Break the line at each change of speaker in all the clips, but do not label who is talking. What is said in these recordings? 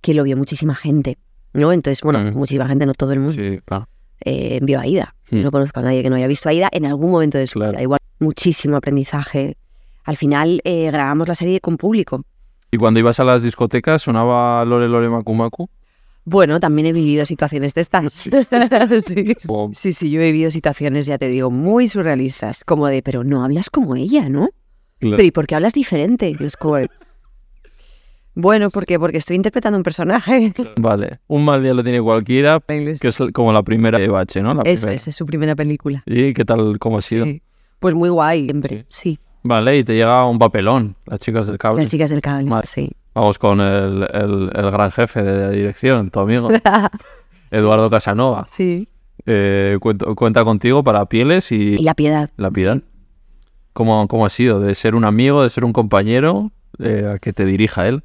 que lo vio muchísima gente, ¿no? Entonces, bueno,
Mm.
muchísima gente, no todo el mundo,
Sí, claro.
eh, vio a Ida.
Mm.
No conozco a nadie que no haya visto a Ida en algún momento de su
Claro.
vida. Igual, muchísimo aprendizaje. Al final eh, grabamos la serie con público.
Y cuando ibas a las discotecas sonaba Lore Lore Macumacu.
Bueno, también he vivido situaciones de estas.
Sí.
Sí.
O,
Sí, sí, yo he vivido situaciones, ya te digo, muy surrealistas, como de, pero no hablas como ella, ¿no?
Claro.
Pero ¿y por qué hablas diferente? Y es como, bueno, ¿por qué? Porque estoy interpretando un personaje.
Vale, un mal día lo tiene cualquiera, que es como la primera de Bache, ¿no? La
Eso,
primera.
esa es su primera película.
¿Y qué tal, cómo ha sido?
Sí. Pues muy guay, siempre, sí.
Vale, y te llega un papelón, las chicas del cable.
Las chicas del cable,
Madre.
sí.
Vamos con el, el- el gran jefe de la dirección, tu amigo, Eduardo Casanova.
sí.
Eh, cuento- cuenta contigo para pieles y,
Y la piedad.
la piedad. ¿Cómo, cómo ha sido? ¿De ser un amigo, de ser un compañero eh, a que te dirija él?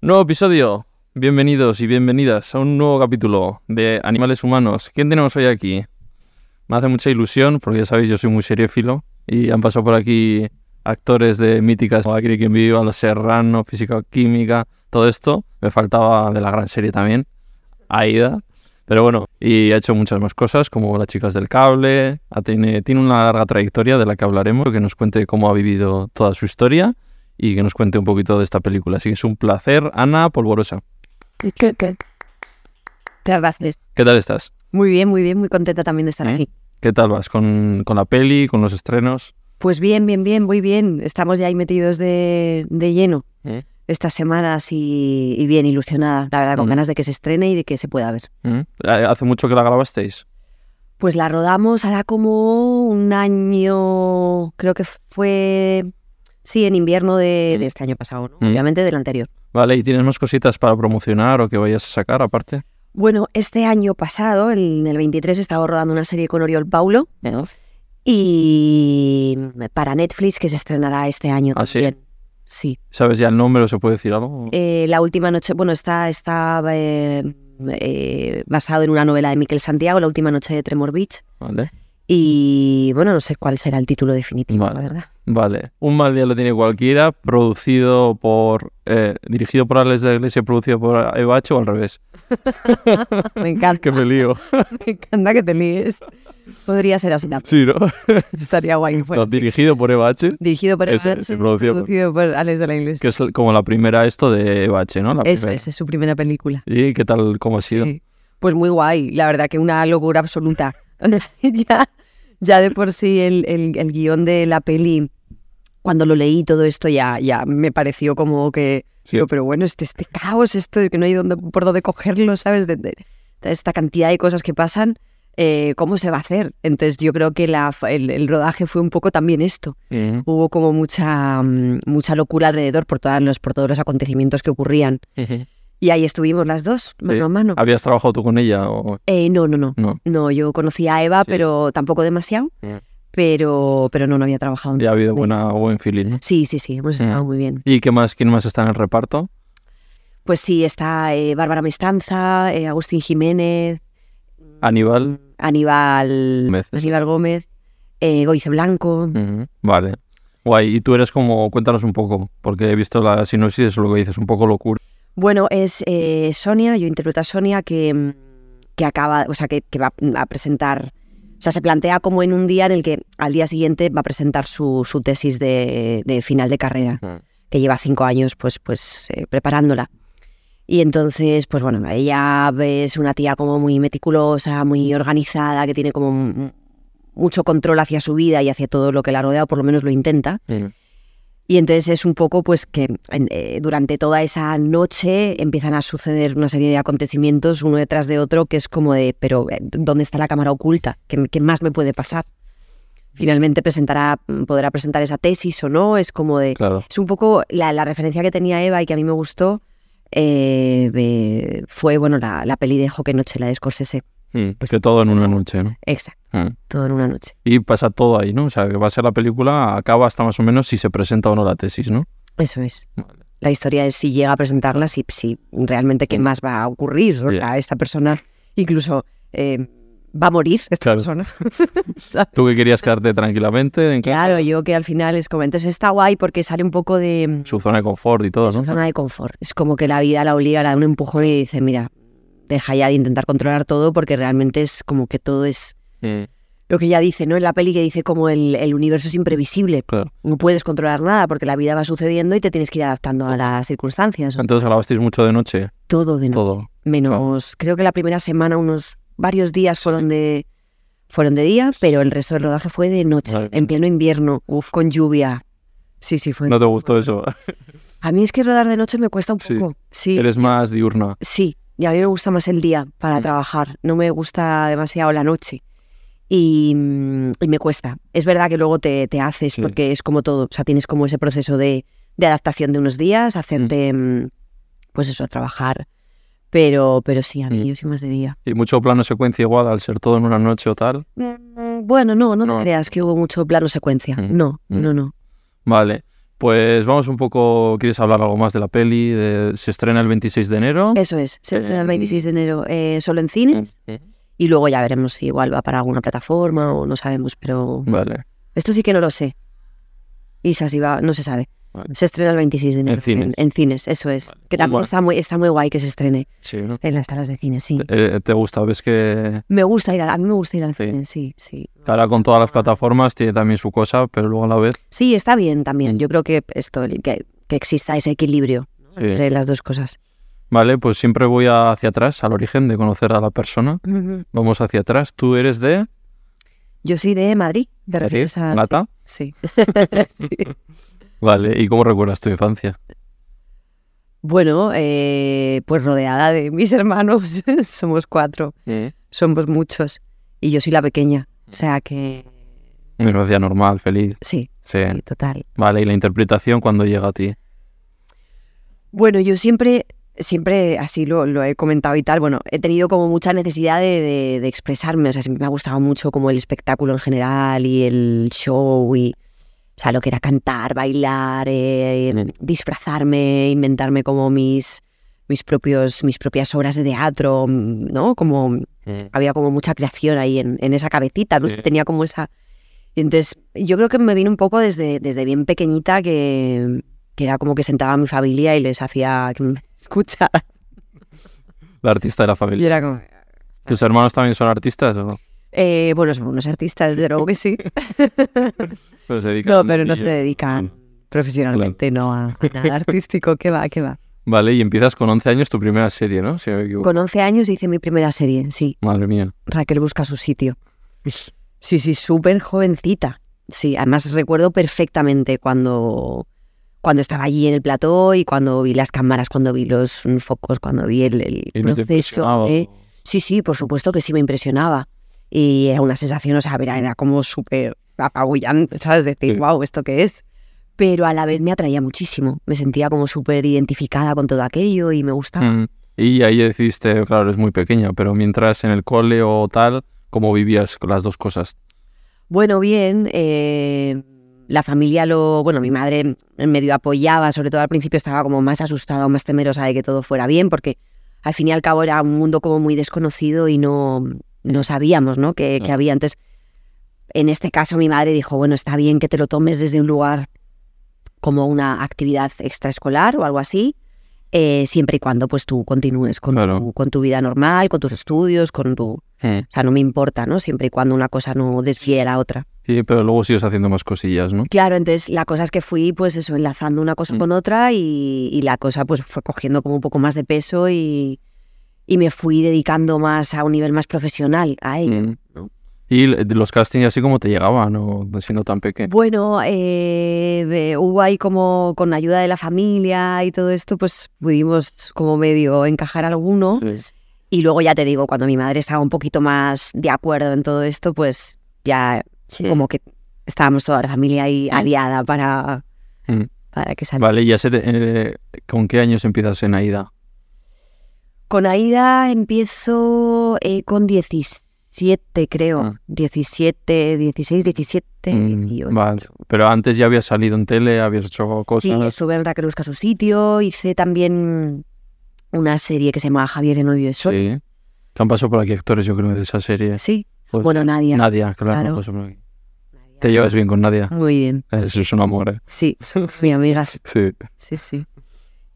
Nuevo episodio. Bienvenidos y bienvenidas a un nuevo capítulo de Animales Humanos. ¿Quién tenemos hoy aquí? Me hace mucha ilusión porque ya sabéis, yo soy muy seriéfilo y han pasado por aquí actores de míticas como Aquí quien viva, Los Serrano, Física Química, todo esto. Me faltaba de la gran serie también, Aida. Pero bueno, y ha hecho muchas más cosas, como las chicas del cable, ha- tiene, tiene una larga trayectoria de la que hablaremos, que nos cuente cómo ha vivido toda su historia y que nos cuente un poquito de esta película. Así que es un placer, Ana Polvorosa.
Muchas gracias.
¿Qué tal estás?
Muy bien, muy bien, muy contenta también de estar
¿Eh?
aquí.
¿Qué tal vas con, con la peli, con los estrenos?
Pues bien, bien, bien, muy bien. Estamos ya ahí metidos de, de lleno estas semanas y, y bien ilusionada, la verdad, con
Mm.
ganas de que se estrene y de que se pueda ver.
¿Mm? ¿Hace mucho que la grabasteis?
Pues la rodamos hará como un año, creo que fue, sí, en invierno de, de este año pasado, ¿no?
Mm.
obviamente del anterior.
Vale, ¿y tienes más cositas para promocionar o que vayas a sacar aparte?
Bueno, este año pasado, en el 23, estaba rodando una serie con Oriol Paulo y para Netflix que se estrenará este año
¿Ah, sí?
también. Sí.
¿Sabes ya el nombre o se puede decir algo?
Eh, la última noche, bueno, está, está eh, eh, basado en una novela de Miquel Santiago, La última noche de Tremor Beach.
Vale.
Y bueno, no sé cuál será el título definitivo,
Vale.
la verdad.
Vale, Un mal día lo tiene cualquiera, producido por, eh, dirigido por Alex de la Iglesia, producido por Ebache o al revés.
Me encanta.
Que me lío.
Me encanta que te líes. Podría ser así.
Sí, ¿no?
Estaría guay.
No, dirigido por E Ebache,
Dirigido por,
Ese-
Alex,
ese producido por-
producido por Alex de la Iglesia.
que es como la primera esto de Ebache, ¿no? La
Eso,
primera.
esa es su primera película.
¿Y qué tal, cómo ha sido?
Sí. Pues muy guay. La verdad que una locura absoluta. ya, ya de por sí el, el, el guión de la peli, cuando lo leí todo esto ya, ya me pareció como que...
Sí.
digo, pero bueno, este, este caos, esto de que no hay dónde, por dónde cogerlo, ¿sabes? De, de- de esta cantidad de cosas que pasan, eh, ¿cómo se va a hacer? Entonces yo creo que la, fa- el, el rodaje fue un poco también esto.
Mm.
Hubo como mucha, mm, mucha locura alrededor por, todas los, por todos los acontecimientos que ocurrían. Y ahí estuvimos las dos, mano a mano.
¿Habías trabajado tú con ella o
Eh, no, no, no.
no?
No, yo conocía a Eva,
Sí.
pero tampoco demasiado.
Mm.
Pero, pero no, no había trabajado.
Ya ha habido buena, buen feeling. ¿no?
Sí, sí, sí, hemos
Mm.
estado muy bien.
¿Y qué más, quién más está en el reparto?
Pues sí, está eh, Bárbara Mestanza, eh, Agustín Jiménez,
Aníbal.
Aníbal
Gómez. Mm.
Aníbal Gómez, eh, Goice Blanco.
Ujú, Vale. Guay, y tú eres como, cuéntanos un poco, porque he visto la sinopsis, es lo que dices, un poco locura.
Bueno, es eh, Sonia, yo interpreto a Sonia que, mm, que acaba, o sea, que, que va a presentar, o sea, se plantea como en un día en el que al día siguiente va a presentar su, su tesis de, de final de carrera, que lleva cinco años pues, pues eh, preparándola. Y entonces, pues bueno, ella es una tía como muy meticulosa, muy organizada, que tiene como mm, mucho control hacia su vida y hacia todo lo que la rodea, o por lo menos lo intenta. Y entonces es un poco pues que en- eh, durante toda esa noche empiezan a suceder una serie de acontecimientos uno detrás de otro que es como de, pero eh, ¿dónde está la cámara oculta? ¿Qué, qué más me puede pasar? Finalmente presentará, mm, podrá presentar esa tesis o no, es como de...
Claro.
Es un poco la, la referencia que tenía Eva y que a mí me gustó eh, de- fue, bueno, la, la peli de Joque Noche, la de Scorsese. Pues
Es Mm, que todo en una noche, ¿no?
Exacto,
Mm.
todo en una noche.
Y pasa todo ahí, ¿no? O sea, que va a ser la película, acaba hasta más o menos si se presenta o no la tesis, ¿no?
Eso es. La historia es si llega a presentarla, si, si realmente qué más va a ocurrir. O
Ya.
sea, esta persona incluso eh, va a morir esta
Claro.
persona. ¿sabes?
Tú que querías quedarte tranquilamente en
Claro, yo que al final es como, entonces está guay porque sale un poco de
su zona de confort y todo,
su
¿no?
zona de confort. Es como que la vida la obliga, le da un empujón y dice, mira, deja ya de intentar controlar todo porque realmente es como que todo es
Mm,
lo que ya dice, ¿no? En la peli que dice como el, el universo es imprevisible.
claro.
No puedes controlar nada porque la vida va sucediendo y te tienes que ir adaptando a las circunstancias.
Entonces grabasteis mucho de noche,
Todo de noche.
todo.
Menos, creo que la primera semana, unos varios días fueron de, fueron de día, pero el resto del rodaje fue de noche,
Madre
en pleno invierno, uf, con lluvia. Sí, sí, fue.
¿No te gustó eso?
A mí es que rodar de noche me cuesta un
Sí.
poco. Sí,
Eres más diurna.
sí. Y a mí me gusta más el día para
Mm.
trabajar. No me gusta demasiado la noche. Y, mm, y me cuesta. Es verdad que luego te, te haces,
Sí.
porque es como todo. O sea, tienes como ese proceso de, de adaptación de unos días, hacerte, mm, pues eso, trabajar. Pero, pero sí, a mí
Mm.
yo soy más de día.
Y mucho plano secuencia igual, al ser todo en una noche o tal.
Mm, Bueno, no, no,
No.
te creas que hubo mucho plano secuencia.
Mm.
No,
Mm.
no, no.
Vale, pues vamos un poco, ¿quieres hablar algo más de la peli? De- se estrena el 26 de enero.
Eso es. Se estrena el
Eh, mm.
26 de enero eh, solo en cines y luego ya veremos si igual va para alguna plataforma o no sabemos, pero
Vale,
esto sí que no lo sé. Isa, si va, no se sabe.
Vale.
Se estrena el 26 de enero.
cines.
En, cines, eso es. Que también
Bueno.
está, muy, está muy guay que se estrene
sí, ¿no?
en las salas de cine, sí.
Eh, ¿Te gusta? ¿Ves que
Me gusta ir a, a mí me gusta ir al
Sí.
cine, sí, sí.
ahora con todas las plataformas tiene también su cosa, pero luego a la vez...
Sí, está bien también.
Mm.
Yo creo que esto, el que, que exista ese equilibrio
sí.
entre las dos cosas.
Vale, pues siempre voy a- hacia atrás, al origen de conocer a la persona. Vamos hacia atrás. Tú eres de
Yo soy de Madrid, de
¿Ah, Madrid,
refieres a-
Gata.
Sí. Sí.
Vale, ¿y cómo recuerdas tu infancia?
Bueno, eh, pues rodeada de mis hermanos, somos cuatro, somos muchos y yo soy la pequeña, o sea que
Mi infancia normal, feliz.
sí,
Sí.
sí, total.
Vale, ¿y la interpretación cuando llega a ti?
Bueno, yo siempre, siempre así lo, lo he comentado y tal, bueno, he tenido como mucha necesidad de, de- de expresarme, o sea, siempre me ha gustado mucho como el espectáculo en general y el show y, o sea, lo que era cantar, bailar, eh, disfrazarme, inventarme como mis, mis, propios, mis propias obras de teatro, mm, ¿no? Como había como mucha creación ahí en, en esa cabecita, ¿no?
Sí.
Tenía como esa... Y entonces yo creo que me vino un poco desde, desde bien pequeñita que, que era como que sentaba a mi familia y les hacía que me escucharan.
La artista de la
Y
familia.
era como...
¿Tus hermanos también son artistas o no?
eh, bueno, son unos artistas, desde luego que sí.
Pero Pues se dedican-
No, pero no
y-
se dedican profesionalmente no a, a nada artístico. que va, que va?
Vale, y empiezas con 11 años tu primera serie, ¿no? Si no me equivoco.
Con 11 años hice mi primera serie, sí.
Madre mía.
Raquel busca su sitio. Sí, sí, súper jovencita. Sí, además recuerdo perfectamente cuando, cuando estaba allí en el plató y cuando vi las cámaras, cuando vi los mm, focos, cuando vi el, el
Y no te
proceso.
impresionaba.
¿eh? Sí, sí, por supuesto que sí me impresionaba. Y era una sensación, o sea, era, era como súper apabullante, ¿sabes? Decir,
Sí.
wow, ¿esto qué es? Pero a la vez me atraía muchísimo. Me sentía como súper identificada con todo aquello y me gustaba.
Mm. Y ahí decidiste, claro, es muy pequeña, pero mientras en el cole o tal, ¿cómo vivías con las dos cosas?
Bueno, bien. eh, la familia lo. Bueno, mi madre medio apoyaba, sobre todo al principio estaba como más asustada o más temerosa de que todo fuera bien, porque al fin y al cabo era un mundo como muy desconocido y no, no sabíamos, ¿no? Que, que
Ya.
había. Entonces, en este caso, mi madre dijo: bueno, está bien que te lo tomes desde un lugar como una actividad extraescolar o algo así. eh, siempre y cuando pues tú continúes con,
Claro.
tu, con tu vida normal, con tus estudios, con tu... O sea, no me importa, ¿no? Siempre y cuando una cosa no desvíe a la otra.
Sí, pero luego sigues haciendo más cosillas, ¿no?
Claro, entonces la cosa es que fui, pues eso, enlazando una cosa
Mm.
con otra y, y la cosa pues fue cogiendo como un poco más de peso y, y me fui dedicando más a un nivel más profesional a ello.
Mm. Y l- los castings así como te llegaban, o siendo tan pequeño.
Bueno, eh, eh, hubo ahí como con ayuda de la familia y todo esto, pues pudimos como medio encajar alguno. Y luego ya te digo, cuando mi madre estaba un poquito más de acuerdo en todo esto, pues ya como que estábamos toda la familia ahí aliada para,
Mm.
para que saliera.
Vale, ya sé te- eh, con qué años empiezas en AIDA.
Con Aida empiezo eh, con 17, creo.
Ah.
17, 16, 17,
Mm,
18.
vale. Pero antes ya habías salido en tele, habías hecho
Sí,
cosas.
estuve en Raquel Busca su sitio. Hice también una serie que se llama Javier en Novio de Sol.
Sí. Que han pasado por aquí actores, yo creo, de esa serie.
Sí.
Pues,
bueno, Nadia.
Nadia, claro,
Claro. Ah.
pasó por aquí. Te llevas bien con Nadia.
Muy bien.
Eso es un amor, ¿eh?
Sí, mi amiga. sí,
Sí.
Sí, sí.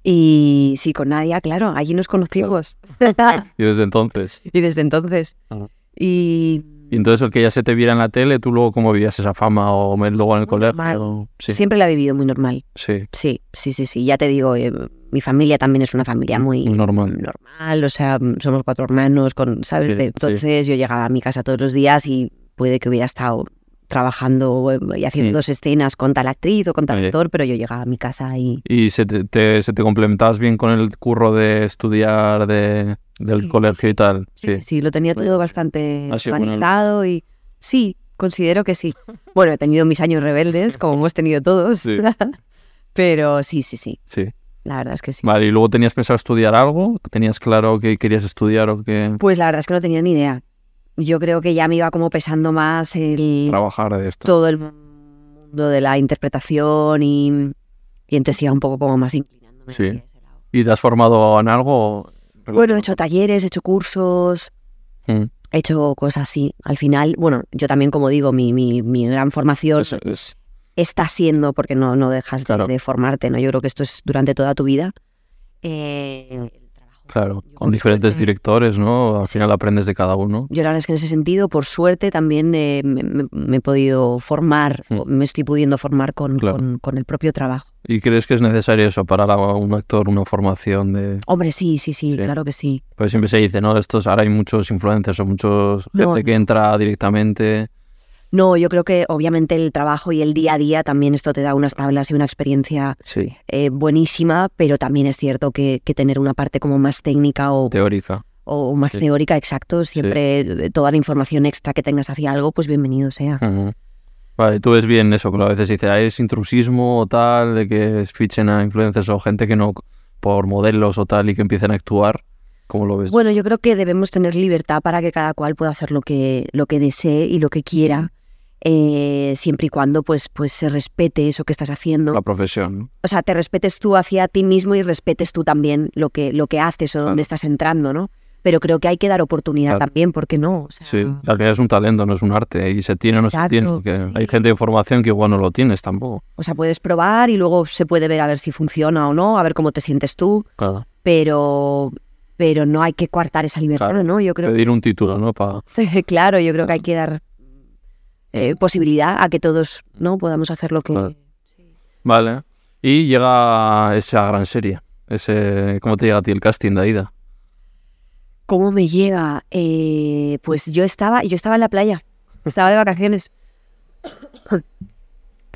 Y sí, con Nadia, claro, allí nos conocimos.
Y desde entonces.
y desde entonces.
Claro.
Y
Y entonces el que ya se te viera en la tele, tú luego cómo vivías esa fama o me- luego en el colegio.
normal.
Sí, sí.
siempre la he vivido muy normal. Sí, sí, sí, sí. Ya te digo, eh, mi familia también es una
Mm.
familia muy
normal.
normal, o sea, mm, somos cuatro hermanos, con, ¿sabes?
Sí,
De-
sí.
entonces yo llegaba a mi casa todos los días y puede que hubiera estado trabajando eh, y haciendo
Sí.
dos escenas con tal actriz o con tal
Oye.
actor, pero yo llegaba a mi casa y...
¿Y se te, te- se te complementabas bien con el curro de estudiar de, del
Sí, sí,
colegio y tal?
Sí, sí, sí, lo tenía
Oye,
todo bastante
ha sido buena-
organizado y... Sí, considero que sí. Bueno, he tenido mis años rebeldes, como hemos tenido todos,
Sí.
pero sí, sí, sí,
Sí.
la verdad es que sí.
Vale, ¿y luego tenías pensado estudiar algo? ¿Tenías claro que querías estudiar o que
Pues la verdad es que no tenía ni idea. Yo creo que ya me iba como pesando más el...
trabajar de esto?
todo el mundo de la interpretación y, y entonces iba un poco como más inclinándome.
Sí.
hacia ese lado.
¿Y te has formado en algo?
Bueno, he hecho talleres, he hecho cursos,
Mm.
he hecho cosas así. Al final, bueno, yo también, como digo, mi, mi, mi gran formación
Eso es-
está siendo, porque no, no dejas de-
Claro.
de, formarte, ¿no? Yo creo que esto es durante toda tu vida. Eh, el trabajo.
Claro,
Yo
con
por
diferentes
suerte-
directores, ¿no? Al final aprendes de cada uno.
Yo la verdad es que en ese sentido, por suerte, también eh, me, me- me he podido formar,
Mm.
o me estoy pudiendo formar con-
Claro.
con- con el propio trabajo.
¿Y crees que es necesario eso para la- un actor, una formación de...?
Hombre, sí, sí, sí,
Sí.
claro que sí.
Pues siempre se dice, ¿no? Estos, ahora hay muchos influencers o muchos
No,
gente que entra directamente.
No, yo creo que obviamente el trabajo y el día a día también esto te da unas tablas y una experiencia
Sí.
eh, buenísima, pero también es cierto que, que tener una parte como más técnica o,
Teórica.
o más
Sí.
teórica, exacto, siempre eh, toda la información extra que tengas hacia algo, pues bienvenido sea.
Ujú. Vale, tú ves bien eso, pero a veces dice, "Ah, es intrusismo o tal, de que fichen a influencers o gente que no, por modelos o tal, y que empiecen a actuar. ¿Cómo lo ves?
Bueno, yo creo que debemos tener libertad para que cada cual pueda hacer lo que, lo que desee y lo que quiera, eh, siempre y cuando pues, pues se respete eso que estás haciendo.
La profesión. ¿no?
o sea, te respetes tú hacia ti mismo y respetes tú también lo que, lo que haces o
Claro.
dónde estás entrando, ¿no? Pero creo que hay que dar oportunidad
Claro.
también, porque no. O sea,
Sí, al final es un talento, no es un arte, y se tiene o no se
Ah. Exacto,
tiene. que
sí.
Hay gente de formación que igual no lo tienes tampoco.
O sea, puedes probar y luego se puede ver a ver si funciona o no, a ver cómo te sientes tú,
Claro.
pero, pero no hay que coartar esa libertad,
Claro.
¿no? Yo creo
Pedir un título, ¿no? Para
Sí, claro, yo creo que hay que dar eh, posibilidad a que todos no podamos hacer lo que...
Claro. Vale. Y llega esa gran serie. Ese, ¿Cómo te llega a ti el casting de Aida?
¿Cómo me llega? Eh, pues yo estaba, yo estaba en la playa, estaba de vacaciones.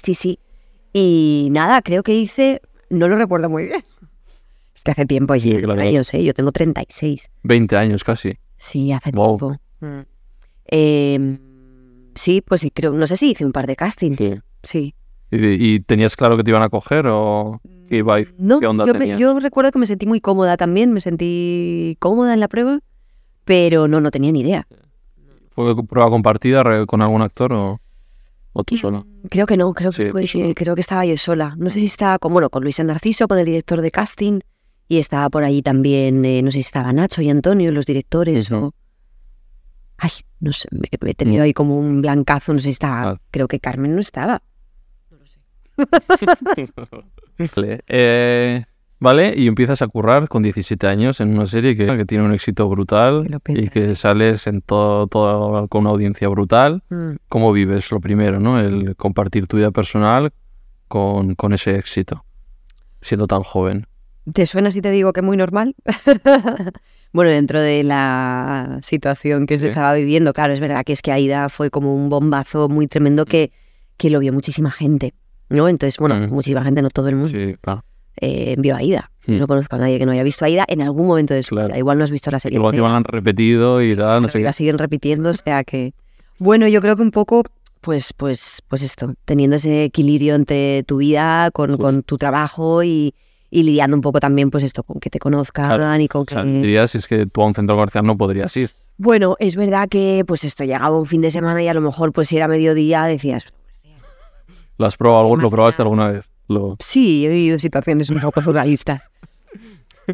Sí, sí. Y nada, creo que hice, no lo recuerdo muy bien. Es que hace tiempo,
Sí,
ya,
claro.
años, ¿eh? yo tengo 36.
20 años casi.
Sí, hace
Wow.
tiempo. Mm. Eh, sí, pues sí, creo, no sé si hice un par de castings. Sí.
¿Y, y tenías claro que te iban a coger o que iba a ir?
Mm, No,
¿Qué onda
yo, me-
tenías?
yo recuerdo que me sentí muy cómoda también, me sentí cómoda en la prueba, pero no, no tenía ni idea.
¿Fue prueba compartida re- con algún actor o, o tú sola?
Creo que no, creo que,
Sí,
fue- creo que estaba yo sola. No sé si estaba con, bueno, con Luisa Narciso, con el director de casting, y estaba por allí también, eh, no sé si estaba Nacho y Antonio, los directores.
Ujú. Mm.
o- Ay, no sé, me, me he tenido ahí como un blancazo, no sé si estaba.
Vale.
Creo que Carmen no estaba.
Vale. Eh, vale, y empiezas a currar con 17 años en una serie que, que tiene un éxito brutal
Que lo peta.
y que sales en todo, todo con una audiencia brutal.
Mm.
cómo vives lo primero, ¿no? El compartir tu vida personal con, con ese éxito, siendo tan joven.
¿Te suena si te digo que muy normal? bueno, dentro de la situación que se
Sí.
estaba viviendo, claro, es verdad que es que Aida fue como un bombazo muy tremendo que, que lo vio muchísima gente, ¿no? Entonces, bueno,
Mm.
muchísima gente, no todo el mundo.
Sí, claro.
eh, vio a Ida.
Sí.
Yo no conozco a nadie que no haya visto a Ida en algún momento de su
Claro.
vida. Igual no has visto la serie.
Igual que
entera,
lo han repetido y tal, no
pero
sé
la
qué.
siguen repitiendo, o sea que. Bueno, yo creo que un poco, pues, pues, pues esto, teniendo ese equilibrio entre tu vida, con,
Sí.
con tu trabajo y, y lidiando un poco también, pues esto, con que te conozcan
Claro.
y con
O sea,
que-
dirías es que tú a un centro comercial no podrías ir.
Bueno, es verdad que, pues esto, llegaba un fin de semana y a lo mejor, pues si era mediodía, decías,
¿Lo has probado algo- ¿Lo
Más
probaste
nada.
alguna vez? Lo...
Sí, he vivido situaciones un poco surrealistas.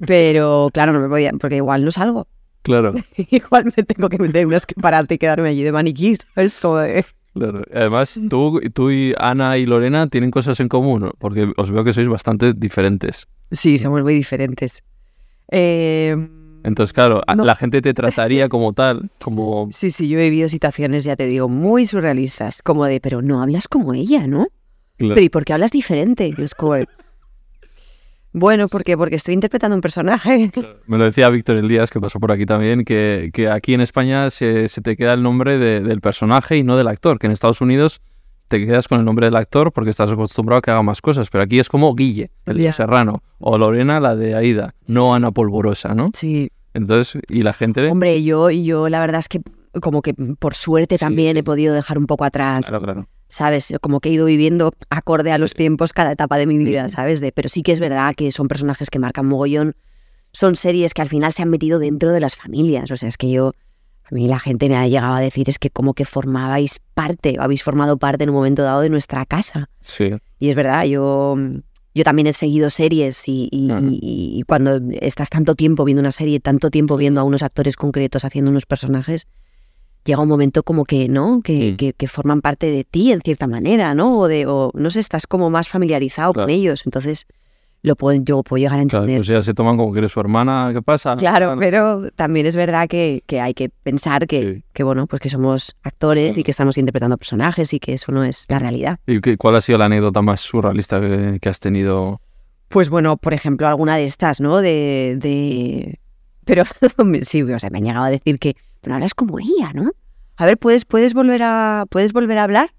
Pero claro, no me podía, porque igual no salgo.
Claro,
Igual me tengo que meter unas que pararte y quedarme allí de maniquís. Eso es.
claro. Además, tú, tú y Ana y Lorena tienen cosas en común, ¿no? porque os veo que sois bastante diferentes.
Sí, somos muy diferentes. Eh,
Entonces, claro, a-
No.
la gente te trataría como tal, como...
Sí, sí, yo he vivido situaciones, ya te digo, muy surrealistas, como de, pero no hablas como ella, ¿no? Pero ¿y por qué hablas diferente? Y es como, bueno, ¿por qué? Porque estoy interpretando un personaje.
Me lo decía Víctor Elías, que pasó por aquí también, que, que aquí en España se, se te queda el nombre de- del personaje y no del actor, que en Estados Unidos te quedas con el nombre del actor porque estás acostumbrado a que haga más cosas, pero aquí es como Guille, el de
Ya.
Serrano, o Lorena, la de Aida, no Ana Polvorosa, ¿no?
Sí,
Entonces, y la gente...
hombre, yo, yo la verdad es que como que por suerte
Sí,
también
sí.
he podido dejar un poco atrás,
Claro, claro.
¿sabes? Como que he ido viviendo acorde a los tiempos cada etapa de mi vida, ¿sabes? De, pero sí que es verdad que son personajes que marcan mogollón, son series que al final se han metido dentro de las familias, o sea, es que yo... A mí la gente me ha llegado a decir es que como que formabais parte, o habéis formado parte en un momento dado de nuestra casa.
Sí,
Y es verdad, yo, yo también he seguido series y, y-
Ajá.
y- y cuando estás tanto tiempo viendo una serie, tanto tiempo viendo a unos actores concretos haciendo unos personajes, llega un momento como que, ¿no? Que,
Mm.
que- que forman parte de ti en cierta manera, ¿no? O, de, o no sé, estás como más familiarizado
Claro.
con ellos. Entonces, lo puedo, yo puedo llegar a
claro,
entender.
pues ah, ya se toman como que eres su hermana, ¿qué pasa?
Claro,
Ana.
pero también es verdad que, que hay que pensar que,
Sí.
que, bueno, pues que somos actores y que estamos interpretando personajes y que eso no es la realidad.
¿Y qué- cuál ha sido la anécdota más surrealista que, que has tenido?
Pues bueno, por ejemplo, alguna de estas, ¿no? De. de- Pero sí, o sea, me han llegado a decir que. Pero hablas como ella, ¿no? A ver, ¿puedes, puedes volver a. ¿Puedes volver a hablar?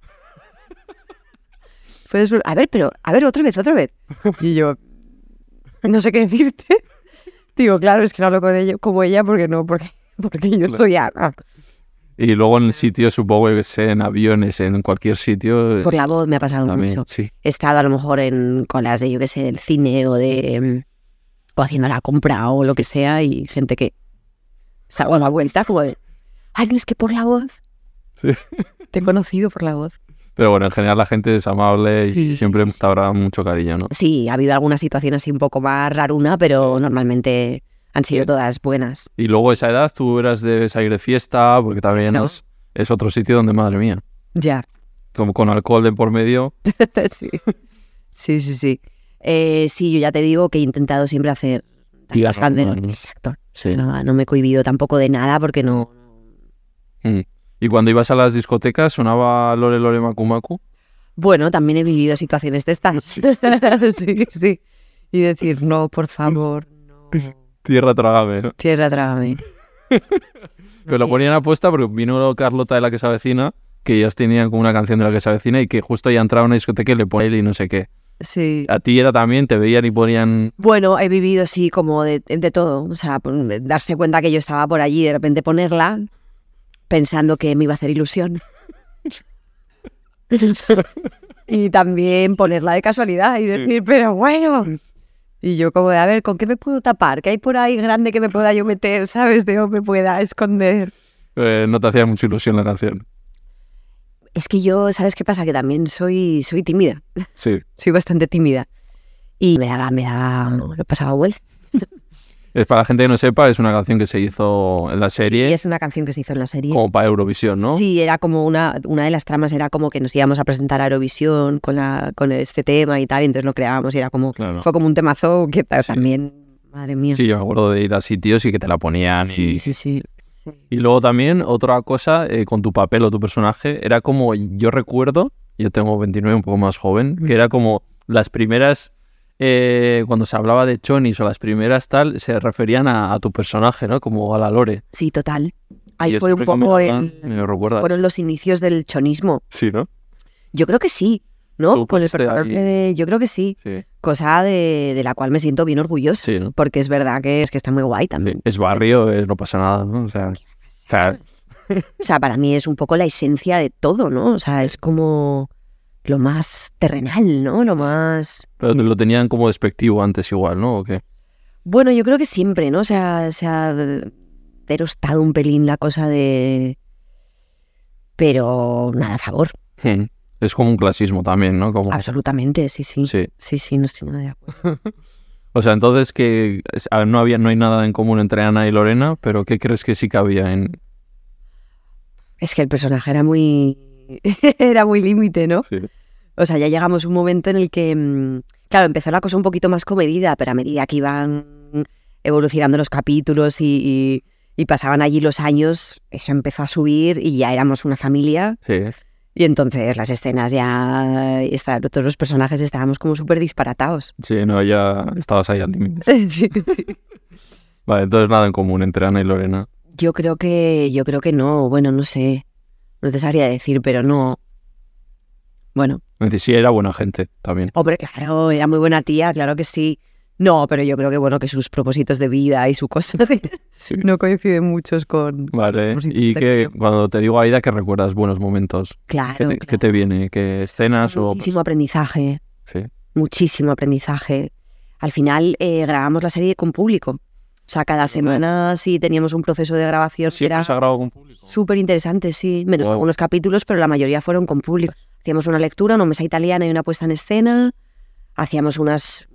Puedes vol- A ver, pero. A ver, otra vez, otra vez. Y yo. No sé qué decirte. Digo, claro, es que no hablo con ella, como ella porque no, porque, porque yo
Claro.
soy Ana.
Y luego en el sitio, supongo que sé, en aviones, en cualquier sitio, eh,
Por la voz me ha pasado
también,
mucho.
sí.
he estado a lo mejor en colas de, yo qué sé, del cine o de. mm, o haciendo la compra o lo que sea y gente que salgo a la vuelta como de. Ah, no, es que por la voz.
Sí.
Te he conocido por la voz.
Pero bueno, en general la gente es amable y
Sí.
siempre habrá mucho cariño, ¿no?
Sí, ha habido alguna situación así un poco más raruna, pero normalmente han sido todas buenas.
Y luego a esa edad tú eras de salir de fiesta, porque también
Claro.
es, es otro sitio donde, madre mía,
Ya.
como con alcohol de por medio,
sí. sí, sí, sí. Eh, sí, yo ya te digo que he intentado siempre hacer
Vida
bastante.
normal, ¿no?
Exacto.
sí.
No, no me he cohibido tampoco de nada porque no.
Mm. Y cuando ibas a las discotecas sonaba Lore Lore Macumacu.
Bueno, también he vivido situaciones de estas. Sí, sí. Y decir, no, por favor, no.
Tierra trágame. ¿no?
Tierra, trágame.
Pero lo ponían apuesta porque vino Carlota de la que se avecina, que ellas tenían como una canción de la que se avecina y que justo ya entraba a una discoteca y le ponían y no sé qué.
Sí.
A ti era también, te veían y ponían...
Bueno, he vivido así como de, de todo. O sea, por- de darse cuenta que yo estaba por allí y de repente ponerla pensando que me iba a hacer ilusión. y también ponerla de casualidad y decir, pero bueno. Y yo como de, a ver, ¿con qué me puedo tapar? ¿Qué hay por ahí grande que me pueda yo meter? ¿Sabes? De dónde me pueda esconder.
Eh, no te hacía mucha ilusión la canción.
Es que yo, ¿sabes qué pasa? Que también soy, soy tímida,
Sí.
soy bastante tímida. Y me daba, me daba, lo pasaba vuelta.
Es para la gente que no sepa, es una canción que se hizo en la
Y
serie
es una canción que se hizo en la serie.
como para Eurovisión, ¿no?
Sí, era como una, una de las tramas era como que nos íbamos a presentar a Eurovisión con, la, con este tema y tal, y entonces lo creábamos y era como,
Claro.
fue como un temazo que ta-
Sí.
también, madre mía.
Sí, yo me acuerdo de ir a sitios y que te la ponían.
sí,
y,
sí. sí.
y luego también otra cosa eh, con tu papel o tu personaje, era como, yo recuerdo, yo tengo 29, un poco más joven, que era como las primeras, eh, cuando se hablaba de chonis o las primeras tal, se referían a, a tu personaje, ¿no? Como a la Lore.
Sí, total.
Y
Ahí
yo
fue un
siempre que me
poco
hablan,
el-
Me recuerda.
fueron los inicios del chonismo.
Sí, ¿no?
Yo creo que sí, ¿no?
Tú
Con el
pusiste ahí-
personaje de- yo creo que sí.
Sí.
Cosa de, de la cual me siento bien orgullosa.
Sí, ¿no?
Porque es verdad que es que está muy guay
Sí,
también.
Es barrio, es- no pasa nada, ¿no? O sea, claro,
O sea, para mí es un poco la esencia de todo, ¿no? O sea, es como lo más terrenal, ¿no? Lo más...
pero te lo tenían como despectivo antes igual, ¿no? ¿O qué?
Bueno, yo creo que siempre, ¿no? O sea, se ha derostado un pelín la cosa de... Pero nada, a favor.
Es como un clasismo también, ¿no? Como,
Absolutamente, Ah, sí, sí.
sí.
Sí, sí, no estoy nada de acuerdo.
O sea, entonces que es- a- no había, no hay nada en común entre Ana y Lorena, pero ¿qué crees que sí cabía en?
Es que el personaje era muy. era muy límite, ¿no?
Sí.
O sea, ya llegamos a un momento en el que. mm, Claro, empezó la cosa un poquito más comedida, pero a medida que iban evolucionando los capítulos y, y- y pasaban allí los años, eso empezó a subir y ya éramos una familia. Y entonces las escenas ya. y esta- todos los personajes estábamos como súper disparatados.
Sí, no, ya estabas ahí al
Sí,
límite.
sí.
Vale, entonces nada en común entre Ana y Lorena.
Yo creo que, yo creo que no, bueno, no sé. No te sabría decir, pero no. Bueno,
Es decir, sí, era buena gente también.
hombre, claro, era muy buena tía, claro que sí. No, pero yo creo que bueno, que sus propósitos de vida y su cosa de-
Sí.
no coinciden muchos con.
Vale,
Por si
y
te
que
creo.
cuando te digo Aida que recuerdas buenos momentos,
Claro.
¿qué te,
claro.
qué te viene? ¿Qué escenas o...? pues
Muchísimo aprendizaje,
Sí,
muchísimo aprendizaje. Al final eh, grabamos la serie con público. O sea, cada semana sí teníamos un proceso de grabación. que
siempre
era-
se ha grabado con público.
Súper interesante, sí. Menos
Guau.
algunos capítulos, pero la mayoría fueron con público. Hacíamos una lectura, una mesa italiana y una puesta en escena. Hacíamos unas.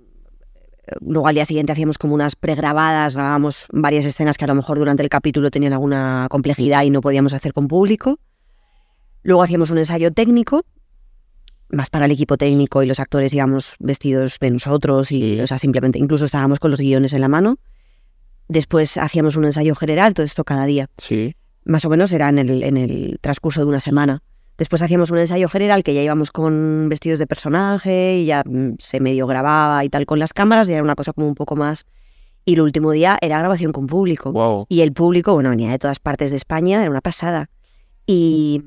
eh, Luego al día siguiente hacíamos como unas pregrabadas, grabábamos varias escenas que a lo mejor durante el capítulo tenían alguna complejidad y no podíamos hacer con público. Luego hacíamos un ensayo técnico, más para el equipo técnico y los actores íbamos vestidos de nosotros y, o sea, simplemente incluso estábamos con los guiones en la mano. Después hacíamos un ensayo general, todo esto cada día
Sí.
más o menos era en el, en el transcurso de una semana. Después hacíamos un ensayo general que ya íbamos con vestidos de personaje y ya mm, se medio grababa y tal con las cámaras y era una cosa como un poco más. Y el último día era grabación con público.
Wow.
Y el público, bueno, venía de todas partes de España, era una pasada. Y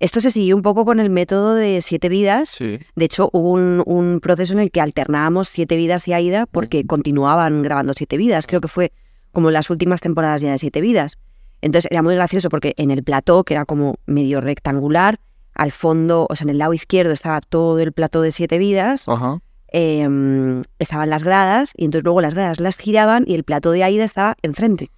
esto se siguió un poco con el método de Siete Vidas.
Sí.
De hecho, hubo un, un proceso en el que alternábamos Siete Vidas y Aida porque continuaban grabando Siete Vidas. Creo que fue como las últimas temporadas ya de Siete Vidas. Entonces era muy gracioso porque en el plató, que era como medio rectangular, al fondo, o sea, en el lado izquierdo estaba todo el plató de Siete Vidas,
Ajá.
eh, estaban las gradas y entonces luego las gradas las giraban y el plató de Aida estaba enfrente.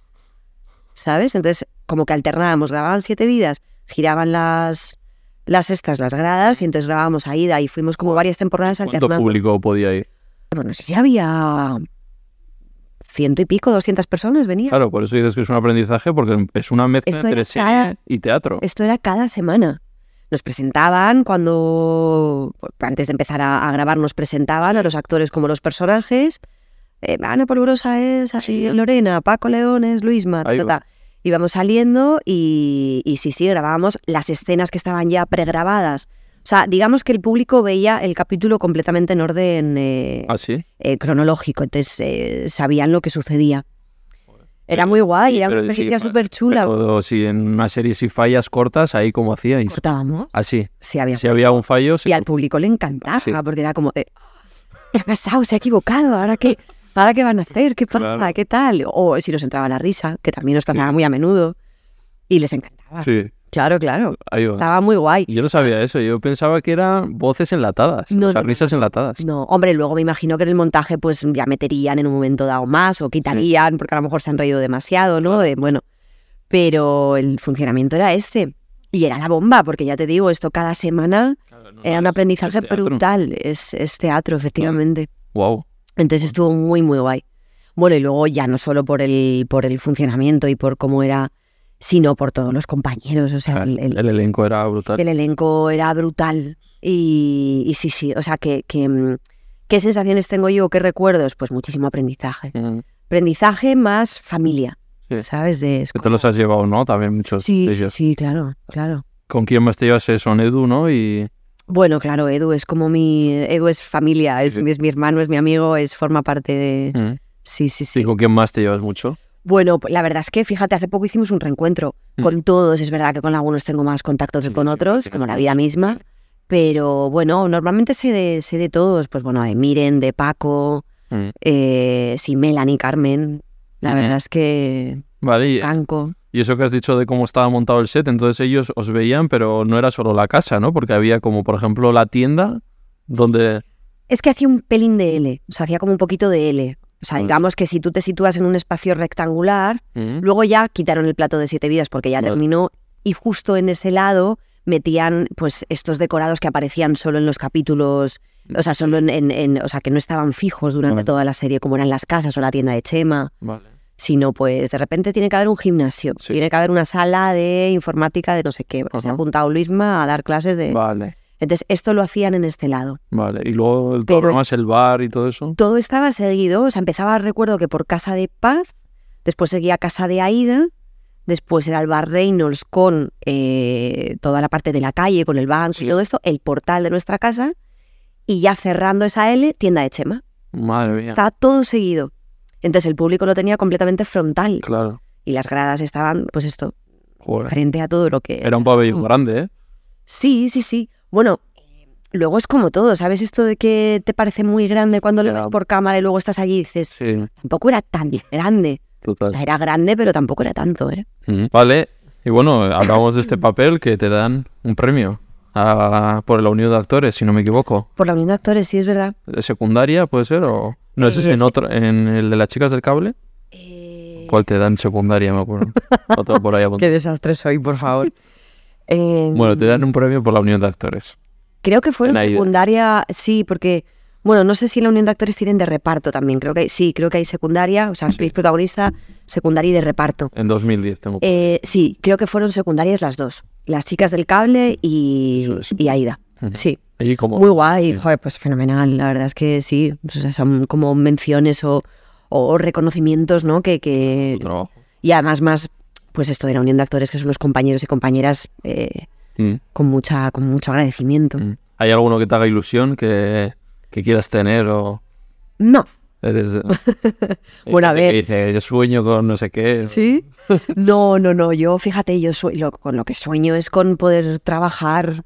¿Sabes? Entonces, como que alternábamos, grababan siete vidas, giraban las las estas, las gradas, y entonces grabábamos Aida y fuimos como varias temporadas
¿Cuánto
alternando.
público podía ir?
Bueno, no sé si había ciento y pico, 200 personas venía.
Claro, por eso dices que es un aprendizaje, porque es una mezcla
Esto era
entre serie
cada-
y teatro.
Esto era cada semana. Nos presentaban cuando, antes de empezar a, a grabar, nos presentaban a los actores como los personajes. Eh, Ana Polvorosa es así, Lorena, Paco León es Luisma, ta,
Ahí
ta,
va.
ta. Íbamos saliendo y, y sí, sí, grabábamos las escenas que estaban ya pregrabadas. O sea, digamos que el público veía el capítulo completamente en orden eh,
¿Ah, sí?
eh, cronológico, entonces eh, sabían lo que sucedía. Era muy guay, era una
pero sí,
experiencia
pa-
súper chula.
Pero si en una serie si fallas cortas, ahí como hacíais.
Cortábamos,
Así.
sí, había
Si había un fallo, se
Y al público le encantaba,
Sí.
porque era como de, ¿qué ha pasado? Se ha equivocado, ¿ahora qué, ¿ahora qué van a hacer? ¿Qué pasa?
Claro.
¿Qué tal? O si nos entraba la risa, que también nos pasaba muy a menudo, y les encantaba.
Sí,
Claro, claro,
ahí va.
estaba muy guay.
Yo no sabía eso, yo pensaba que eran voces enlatadas,
No,
o sea,
no, no,
risas enlatadas.
No, hombre, luego me imagino que en el montaje pues ya meterían en un momento dado más o quitarían porque a lo mejor se han reído demasiado, ¿no? De, bueno, pero el funcionamiento era este y era la bomba porque ya te digo, esto cada semana era un aprendizaje brutal, es, es teatro efectivamente.
Wow.
Entonces estuvo muy, muy guay. Bueno, y luego ya no solo por el, por el funcionamiento y por cómo era, sino por todos los compañeros. O sea, el, el-
Ah, El elenco era brutal.
el elenco era brutal. Y, y sí, sí, o sea, que, que, mm, ¿qué sensaciones tengo yo? ¿Qué recuerdos? Pues muchísimo aprendizaje.
Mm.
Aprendizaje más familia,
Sí.
¿sabes? De es
Que te los
como-
has llevado, ¿no? También muchos
Sí,
de ellos.
sí, claro, claro.
¿Con quién más te llevas eso? Son Edu, ¿no? Y
Bueno, claro, Edu es como mi... Edu es familia, es,
Sí.
es mi hermano, es mi amigo, es forma parte de...
Mm.
Sí, sí, sí.
¿Y con quién más te llevas mucho?
Bueno, pues, la verdad es que fíjate, hace poco hicimos un reencuentro
Mm.
con todos. Es verdad que con algunos tengo más contactos
Sí,
que con
siempre
otros,
tienes
como la
más.
vida misma. Pero bueno, normalmente sé de, sé de todos. Pues bueno, de Miren, de Paco,
Mm.
eh, sí, Melanie, Carmen. La
Ujú.
verdad es que
Vale,
Ah,
y,
Canco.
y eso que has dicho de cómo estaba montado el set, entonces ellos os veían, pero no era solo la casa, ¿no? Porque había como, por ejemplo, la tienda donde...
Es que hacía un pelín de L, o sea, hacía como un poquito de L. O sea,
Vale.
digamos que si tú te sitúas en un espacio rectangular,
Mm.
Luego ya quitaron el plato de siete vidas porque ya
Vale.
terminó y justo en ese lado metían pues estos decorados que aparecían solo en los capítulos O sea, solo en, en- en- o sea, que no estaban fijos durante
Vale.
toda la serie, como eran las casas o la tienda de Chema,
Vale.
sino pues de repente tiene que haber un gimnasio,
Sí.
tiene que haber una sala de informática de no sé qué. porque Se ha
Ajá.
apuntado Luisma a dar clases de...
Vale.
Entonces, esto lo hacían en este lado.
Vale. Y luego el
Pero-
todo el programa es el bar y todo eso.
Todo estaba seguido, o sea, empezaba, recuerdo que por Casa de Paz, después seguía Casa de Aida, después era el Bar Reynolds con eh, toda la parte de la calle, con el banco
Sí.
y todo esto, el portal de nuestra casa, y ya cerrando esa L, tienda de Chema.
Madre mía.
Estaba todo seguido. Entonces el público lo tenía completamente frontal
Claro.
y las gradas estaban, pues esto,
Joder.
frente a todo lo que...
Era un pabellón grande, ¿eh?
Sí, sí, sí. Bueno, eh, luego es como todo, ¿sabes? Esto de que te parece muy grande cuando lo
Era-
ves por cámara y luego estás allí y dices,
Sí,
tampoco era tan grande. O
total.
sea, era grande, pero tampoco era tanto, ¿eh?
Mm. Vale. Y bueno, hablamos de este papel que te dan un premio a- por la unión de actores, si no me equivoco.
Por la unión de actores, sí, es verdad.
¿De ¿Secundaria puede ser? o No, ese es
Eh,
en
sí.
otro, en el de las chicas del cable.
Eh,
¿Cuál te dan secundaria? Me acuerdo. Otro por ahí apuntado.
Qué desastre soy, por favor. Eh,
Bueno, te dan un premio por la unión de actores.
Creo que fueron
En Aida.
secundaria, sí, porque, bueno, no sé si en la unión de actores tienen de reparto también. Creo que hay- sí, creo que hay secundaria, o sea, actriz protagonista, secundaria y de reparto.
En 2010 tengo.
Eh, sí, creo que fueron secundarias las dos. Las chicas del cable y,
Eso es.
y Aida.
Ujú.
Sí.
¿Y cómo?
Muy guay, joder, pues fenomenal. La verdad es que sí. pues, o sea, son como menciones o, o reconocimientos, ¿no? Que, que...
tu trabajo.
Y además más, pues esto de la unión de actores, que son los compañeros y compañeras eh,
Mm,
con mucha, con mucho agradecimiento.
mm. ¿Hay alguno que te haga ilusión que, que quieras tener o
No.
eres de- Hay
Bueno, a
gente que eh,
ver.
Dice, yo sueño con no sé qué. o-
¿Sí? No, no, no. Yo, fíjate, yo sue- lo- con lo que sueño es con poder trabajar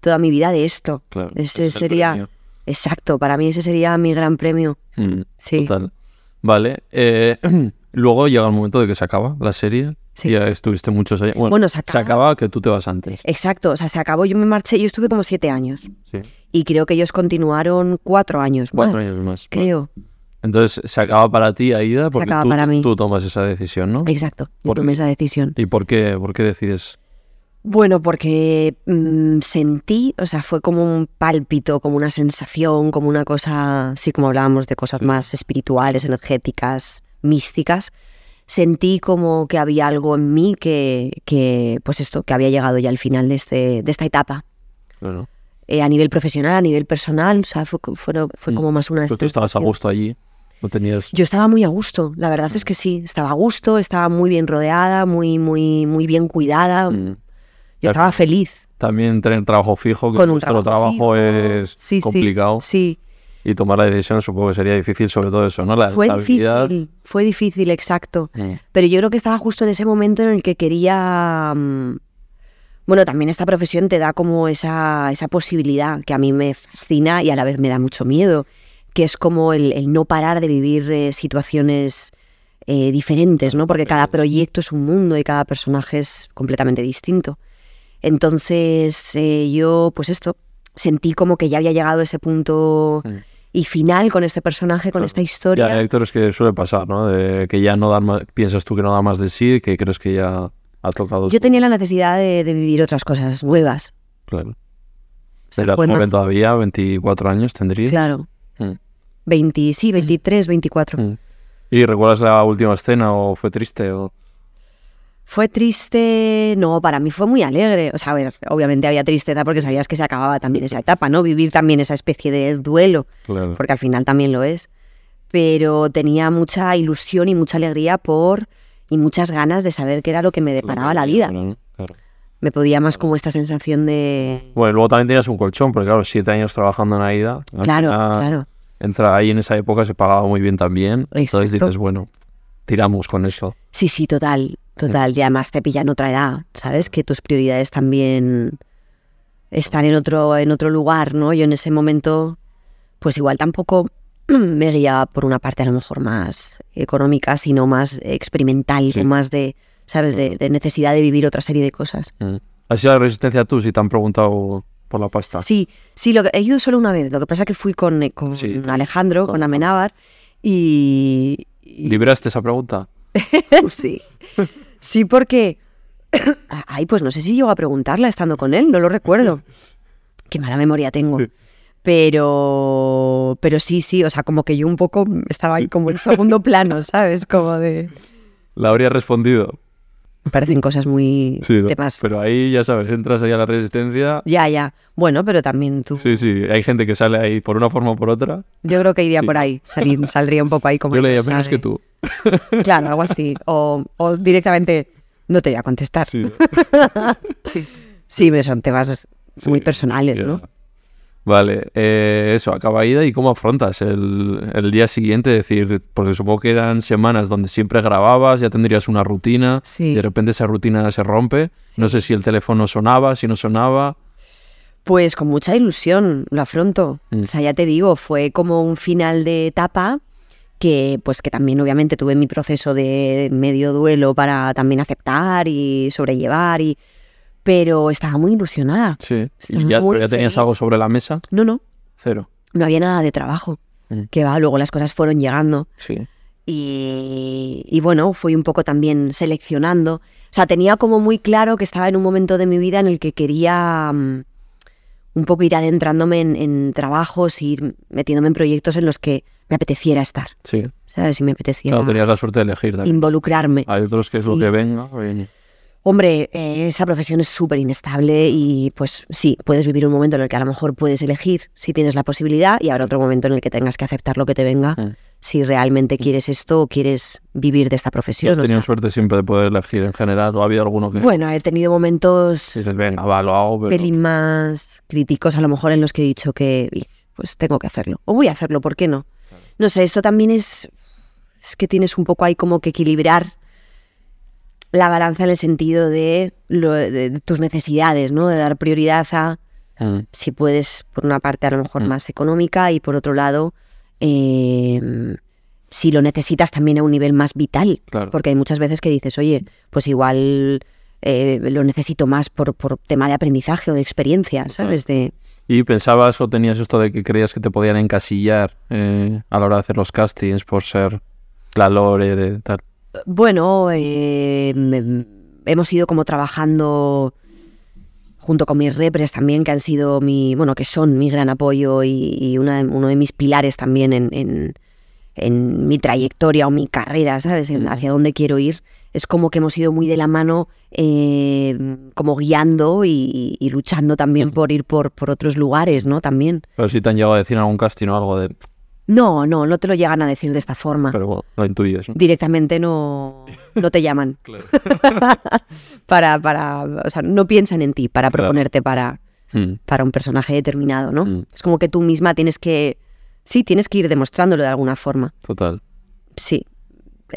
toda mi vida de esto.
Claro, ese
Ese
es el
Este sería.
premio.
Exacto, para mí ese sería mi gran premio.
Mm,
Sí.
Total. Vale. eh, luego llega el momento de que se acaba la serie.
Sí.
Ya estuviste muchos años. Bueno,
Bueno, se acaba.
que tú te vas antes.
Exacto, o sea, se acabó, yo me marché, yo estuve como siete años.
Sí.
Y creo que ellos continuaron cuatro años
Cuatro
más,
años más.
Creo,
Entonces se acaba para ti, Aida, porque
acaba
tú,
para mí.
tú tomas esa decisión, ¿no?
exacto, yo
Por-
tomé esa decisión.
¿Y por qué, por qué decides?
Bueno, porque mm, sentí, o sea, fue como un pálpito, como una sensación, como una cosa, sí, como hablábamos de cosas más espirituales, energéticas, místicas. Sentí como que había algo en mí que, que, pues esto, que había llegado ya al final de, este, de esta etapa.
Bueno,
Eh, a nivel profesional, a nivel personal, o sea, fue, fue- fue
Mm.
como más una...
pero tú estabas a
sensación.
gusto Mm. allí, no tenías...
Pues Yo estaba muy a gusto, la verdad es que sí, estaba a gusto, estaba muy bien rodeada, muy, muy, muy bien cuidada, yo
Mm.
estaba feliz.
También tener trabajo fijo, que
Con un
nuestro trabajo,
trabajo fijo.
es
Sí, sí,
complicado.
Sí,
Y tomar la decisión supongo que sería difícil, sobre todo eso, ¿no? La
fue
estabilidad.
difícil, fue difícil, exacto.
Mm.
Pero yo creo que estaba justo en ese momento en el que quería... mm, Bueno, también esta profesión te da como esa, esa posibilidad que a mí me fascina y a la vez me da mucho miedo, que es como el, el no parar de vivir eh, situaciones eh, diferentes, ¿no? Porque cada proyecto es un mundo y cada personaje es completamente distinto. Entonces eh, yo, pues esto, sentí como que ya había llegado a ese punto
Mm.
y final con este personaje, con
Claro.
esta historia.
Ya, hay actores que suele pasar, ¿no? De que ya no dan más, piensas tú que no da más de sí, que crees que ya ha tocado.
Yo
su-
tenía la necesidad de, de vivir otras cosas nuevas.
Claro.
O sea,
Eras
fue
joven
más-
todavía, 24 años tendrías.
Claro.
Mm.
20, sí, 23, 24.
Mm. ¿Y recuerdas la última escena o fue triste? O...
Fue triste, no, para mí fue muy alegre. O sea, a ver, obviamente había tristeza porque sabías que se acababa también esa etapa, ¿no? Vivir también esa especie de duelo,
Claro.
porque al final también lo es. Pero tenía mucha ilusión y mucha alegría por y muchas ganas de saber qué era lo que me deparaba la vida.
Bueno, ¿no? Claro.
Me podía más como esta sensación de...
Bueno, y luego también tenías un colchón, porque claro, siete años trabajando en AIDA. al
Claro,
final,
claro.
Entra ahí en esa época, se pagaba muy bien también. Entonces
Exacto.
dices, bueno, tiramos con eso.
Sí, sí, total, total. Y además te pillan otra edad, ¿sabes? Que tus prioridades también están en otro, en otro lugar, ¿no? Yo en ese momento, pues igual tampoco me guía por una parte a lo mejor más económica, sino más experimental,
Sí.
o más de, ¿sabes? De, de necesidad de vivir otra serie de cosas.
Mm. ¿Has sido la resistencia tú si te han preguntado por la pasta?
Sí, sí, lo que, he ido solo una vez. Lo que pasa que fui con, eh, con
Sí,
Alejandro,
con
con Amenábar, y,
¿Libraste esa pregunta?
sí. Sí, porque. Ay, pues no sé si llego a preguntarla estando con él, no lo recuerdo. Qué mala memoria tengo. Pero, pero sí, sí, o sea, como que yo un poco estaba ahí como en segundo plano, ¿sabes? Como de...
La habría respondido.
Parecen cosas muy...
Sí, ¿no?
temas.
pero ahí ya sabes, entras ahí a la resistencia.
Ya, ya. Bueno, pero también tú.
Sí, sí, hay gente que sale ahí por una forma o por otra.
Yo creo que iría
Sí.
por ahí, salir- saldría un poco ahí como...
Yo leía
cosa
menos
de-
que tú.
Claro, algo así. O, o directamente no te voy a contestar.
Sí,
Sí,
¿no?
pero son temas
Sí,
muy personales,
ya.
¿no?
Vale, eh, eso, acaba ida y cómo afrontas el, el día siguiente, es decir, porque supongo que eran semanas donde siempre grababas, ya tendrías una rutina,
Sí.
y de repente esa rutina se rompe, no sé si el teléfono sonaba, si no sonaba,
Pues con mucha ilusión lo afronto.
Mm.
O sea, ya te digo, fue como un final de etapa que pues que también obviamente tuve mi proceso de medio duelo para también aceptar y sobrellevar y pero estaba muy ilusionada.
sí,
Estaba
y ya,
muy
pero ya tenías
feliz.
algo sobre la mesa,
No, no,
cero,
no había nada de trabajo.
Mm.
Que va, luego las cosas fueron llegando.
sí,
Y, y bueno, fui un poco también seleccionando. O sea, tenía como muy claro que estaba en un momento de mi vida en el que quería mm, un poco ir adentrándome en, en trabajos, e ir metiéndome en proyectos en los que me apeteciera estar,
sí,
¿sabes? Si me apeteciera
claro, tenías la suerte de elegir también.
involucrarme.
Hay otros que es lo
Sí.
que venga, y-
Hombre, eh, esa profesión es súper inestable y pues sí, puedes vivir un momento en el que a lo mejor puedes elegir si tienes la posibilidad y habrá otro momento en el que tengas que aceptar lo que te venga.
Mm.
Si realmente quieres esto o quieres vivir de esta
y
profesión.
has
o
tenido
sea.
suerte siempre de poder elegir en general, o ha habido alguno que
Bueno, he tenido momentos
dices, venga, va, lo hago, pero...
pelín más críticos, a lo mejor en los que he dicho que "Y, pues tengo que hacerlo. O voy a hacerlo, ¿por qué no? No sé, esto también es. Es que tienes un poco ahí como que equilibrar la balanza en el sentido de, lo- de tus necesidades, ¿no? De dar prioridad a
Mm.
si puedes, por una parte, a lo mejor
Mm.
más económica y por otro lado, eh, si lo necesitas también a un nivel más vital.
Claro.
Porque hay muchas veces que dices, oye, pues igual eh, lo necesito más por, por tema de aprendizaje o de experiencia, ¿sabes? De,
¿Y pensabas o tenías esto de que creías que te podían encasillar eh, a la hora de hacer los castings por ser la lore de tal?
bueno, eh, me- hemos ido como trabajando junto con mis repres también, que han sido mi, bueno, que son mi gran apoyo y, y una de- uno de mis pilares también en, en- en mi trayectoria o mi carrera, ¿sabes? En hacia dónde quiero ir. Es como que hemos ido muy de la mano, eh, como guiando y, y luchando también por ir por, por otros lugares, ¿no? También.
Pero si te han llegado a decir en algún casting o algo de...
No, no, no te lo llegan a decir de esta forma.
Pero bueno, lo intuyes, ¿no?
Directamente no, no te llaman para, para, o sea, no piensan en ti para
Claro.
proponerte para,
Mm,
para un personaje determinado, ¿no?
Mm.
Es como que tú misma tienes que, sí, tienes que ir demostrándolo de alguna forma,
total.
sí.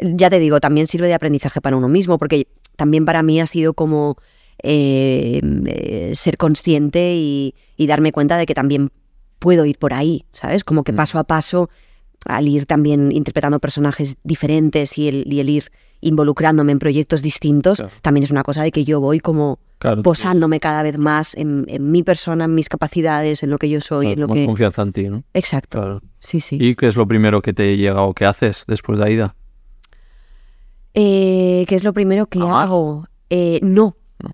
Ya te digo, también sirve de aprendizaje para uno mismo, porque también para mí ha sido como eh, eh, ser consciente y, y darme cuenta de que también puedo ir por ahí, ¿sabes? Como que
Mm.
paso a paso, al ir también interpretando personajes diferentes y el, y el ir involucrándome en proyectos distintos,
Claro.
también es una cosa de que yo voy como
Claro.
posándome cada vez más en, en mi persona, en mis capacidades, en lo que yo soy, en
claro,
lo
más
que...
confianza en ti, ¿no?
Exacto,
Claro.
sí, sí.
¿Y qué es lo primero que te llega o que haces después de Aida?
Eh, ¿Qué es lo primero que
¿Amar?
hago? Eh, no,
No.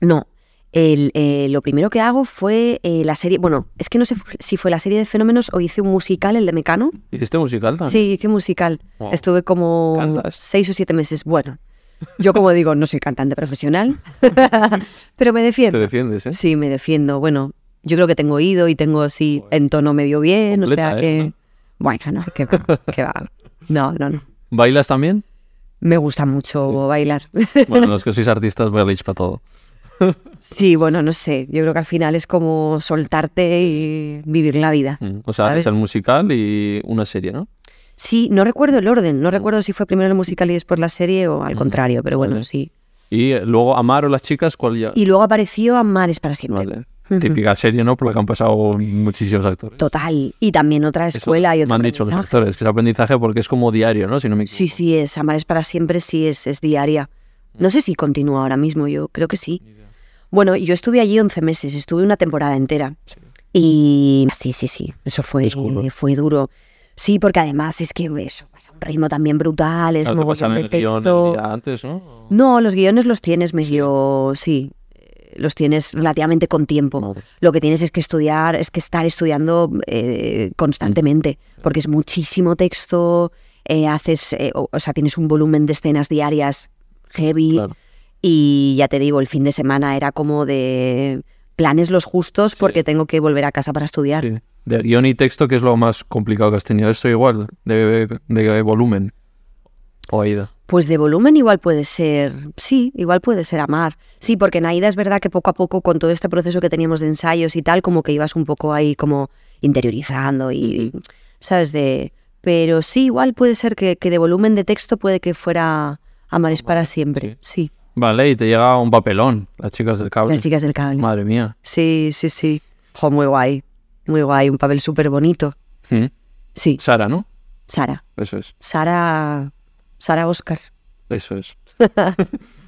no. El, eh, lo primero que hago fue eh, la serie, bueno, es que no sé si fue la serie de fenómenos o hice un musical, el de Mecano.
¿Hiciste musical también?
Sí, hice un musical.
Wow.
Estuve como
¿Cantas?
seis o siete meses. Bueno, yo como digo, no soy cantante profesional, pero me
Te
defiendo.
defiendes, ¿eh?
Sí, me defiendo. Bueno, yo creo que tengo oído y tengo así en tono medio bien, o
Completa,
sea
¿eh?
que... Bueno, no, que va, que va. No, no, no.
¿Bailas también?
Me gusta mucho bailar.
Bueno, los que sois artistas bailáis para todo.
Sí, bueno, no sé. Yo creo que al final es como soltarte y vivir la vida.
Mm, O sea, haces
¿Sabes?
el musical y una serie, ¿no?
Sí, no recuerdo el orden.
Mm.
No recuerdo si fue primero el musical y después la serie o al contrario, pero bueno,
Vale.
sí.
Y eh, luego Amar o las chicas, ¿cuál ya?
Y luego apareció Amares para siempre.
Vale.
Ujú.
Típica serie, ¿no? Por la que han pasado muchísimos actores.
Total. Y también otra
Eso
escuela y otro
Me han dicho los
aprendizaje.
actores que es aprendizaje porque es como diario, ¿no? Si no me equivoco.
Sí, sí, es Amares para siempre, sí, es, es diaria. No sé si continúa ahora mismo, yo creo que sí. Bueno, yo estuve allí 11 meses, estuve una temporada entera. Y sí, sí, sí, eso fue,
Es curro.
fue duro. Sí, porque además es que eso, pasa un ritmo también brutal, es
Claro, te
mogollón
pasan
de
el guión el
texto.
día antes, ¿no?
No, los guiones los tienes medio, sí. los tienes relativamente con tiempo. Lo que tienes es que estudiar, es que estar estudiando eh, constantemente, porque es muchísimo texto, eh, haces, eh, o, o sea, tienes un volumen de escenas diarias heavy.
Claro.
Y ya te digo, el fin de semana era como de planes los justos porque tengo que volver a casa para estudiar.
Sí. De guión y texto, que es lo más complicado que has tenido. Esto igual, de, de volumen. O Aida.
Pues de volumen igual puede ser, sí, igual puede ser amar. Sí, porque en Aida es verdad que poco a poco con todo este proceso que teníamos de ensayos y tal, como que ibas un poco ahí como interiorizando y, ¿sabes? De... Pero sí, igual puede ser que, que de volumen de texto puede que fuera amar es para siempre, sí.
Vale, y te llega un papelón, las chicas del cable.
Las chicas del cable.
Madre mía.
Sí, sí, sí. Jo, muy guay, muy guay, un papel súper bonito.
Mm.
Sí,
Sara, ¿no?
Sara.
Eso es,
Sara, Sara Oscar.
eso es.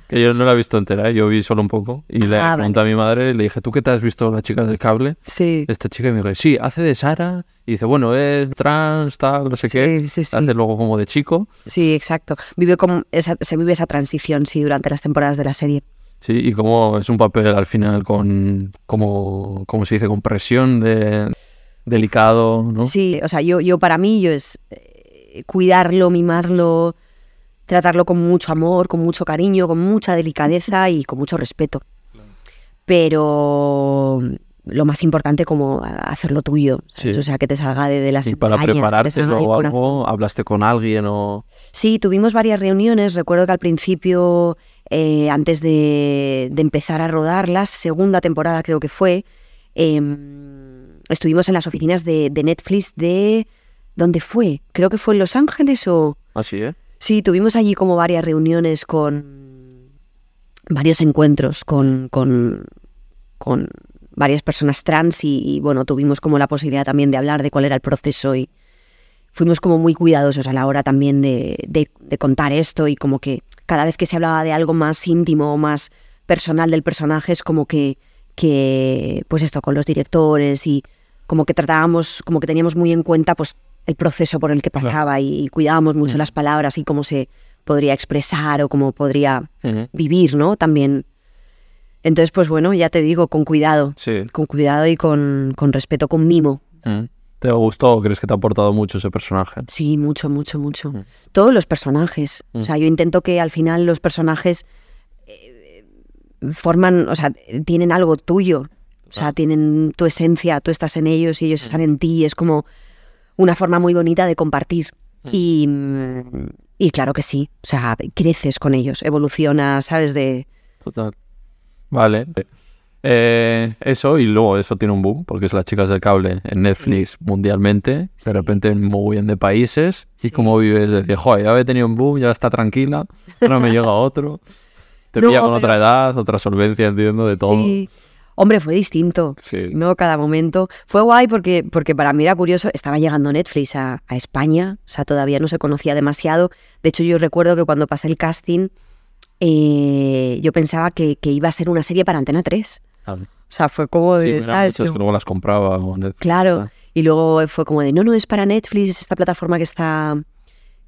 que yo no la he visto entera, ¿eh? yo vi solo un poco. Y le
Ah,
pregunté a mi madre, le dije, ¿tú qué te has visto las chicas del cable?
Sí.
Esta chica este y me dijo, sí, hace de Sara. Y dice, bueno, es trans, tal, no sé qué.
Sí, sí, sí.
Hace luego como de chico.
Sí, exacto. Vive como esa- se vive esa transición, sí, durante las temporadas de la serie.
Sí, y como es un papel al final con, como, como se dice, con presión, de, delicado, ¿no?
Sí, o sea, yo, yo para mí yo es eh, cuidarlo, mimarlo, tratarlo con mucho amor, con mucho cariño, con mucha delicadeza y con mucho respeto. Pero lo más importante como a- hacerlo tuyo, ¿sabes?
Sí.
o sea, que te salga de, de las
Y para
entrañas, que te
prepararte
salga del
luego
corazón.
algo, hablaste con alguien o...
Sí, tuvimos varias reuniones. Recuerdo que al principio, eh, antes de, de empezar a rodar la segunda temporada, creo que fue, em, estuvimos en las oficinas de, de Netflix de... ¿Dónde fue? Creo que fue en Los Ángeles o...
Así, ¿eh?
Sí, tuvimos allí como varias reuniones con varios encuentros con, con, con varias personas trans y, y, bueno, tuvimos como la posibilidad también de hablar de cuál era el proceso y fuimos como muy cuidadosos a la hora también de, de- de contar esto y como que cada vez que se hablaba de algo más íntimo o más personal del personaje es como que, que pues esto con los directores y como que tratábamos, como que teníamos muy en cuenta pues el proceso por el que pasaba y, y cuidábamos mucho las palabras y cómo se podría expresar o cómo podría vivir, ¿no? También. Entonces, pues bueno, ya te digo, con cuidado.
Sí.
Con cuidado y con, con respeto, con mimo.
¿Te gustó o crees que te ha aportado mucho ese personaje?
Sí, mucho, mucho, mucho. Todos los personajes. O sea, yo intento que al final los personajes eh, forman, o sea, tienen algo tuyo. O sea, tienen tu esencia, tú estás en ellos y ellos están en ti. y es como una forma muy bonita de compartir. Y, mm, y claro que sí. O sea, creces con ellos, evolucionas, ¿sabes? De.
Total. Vale. Eh, eso, y luego eso tiene un boom, porque es las chicas del cable en Netflix mundialmente, de repente en muy bien de países, y como vives, decir, joder, ya he tenido un boom, ya está tranquila, ahora me llega otro, te
No,
pilla con
pero-
otra edad, otra solvencia, entiendo, de todo.
Sí. Hombre, fue distinto.
Sí.
¿no? Cada momento. Fue guay porque, porque para mí era curioso, estaba llegando Netflix a, a España, o sea, todavía no se conocía demasiado. De hecho, yo recuerdo que cuando pasé el casting, eh, yo pensaba que, que iba a ser una serie para Antena 3.
Claro.
O sea, fue como
Sí,
de,
eran
¿sabes?
muchas que luego las compraba. o Netflix,
Claro.
tal.
Y luego fue como de, no, no, es para Netflix, es esta plataforma que está,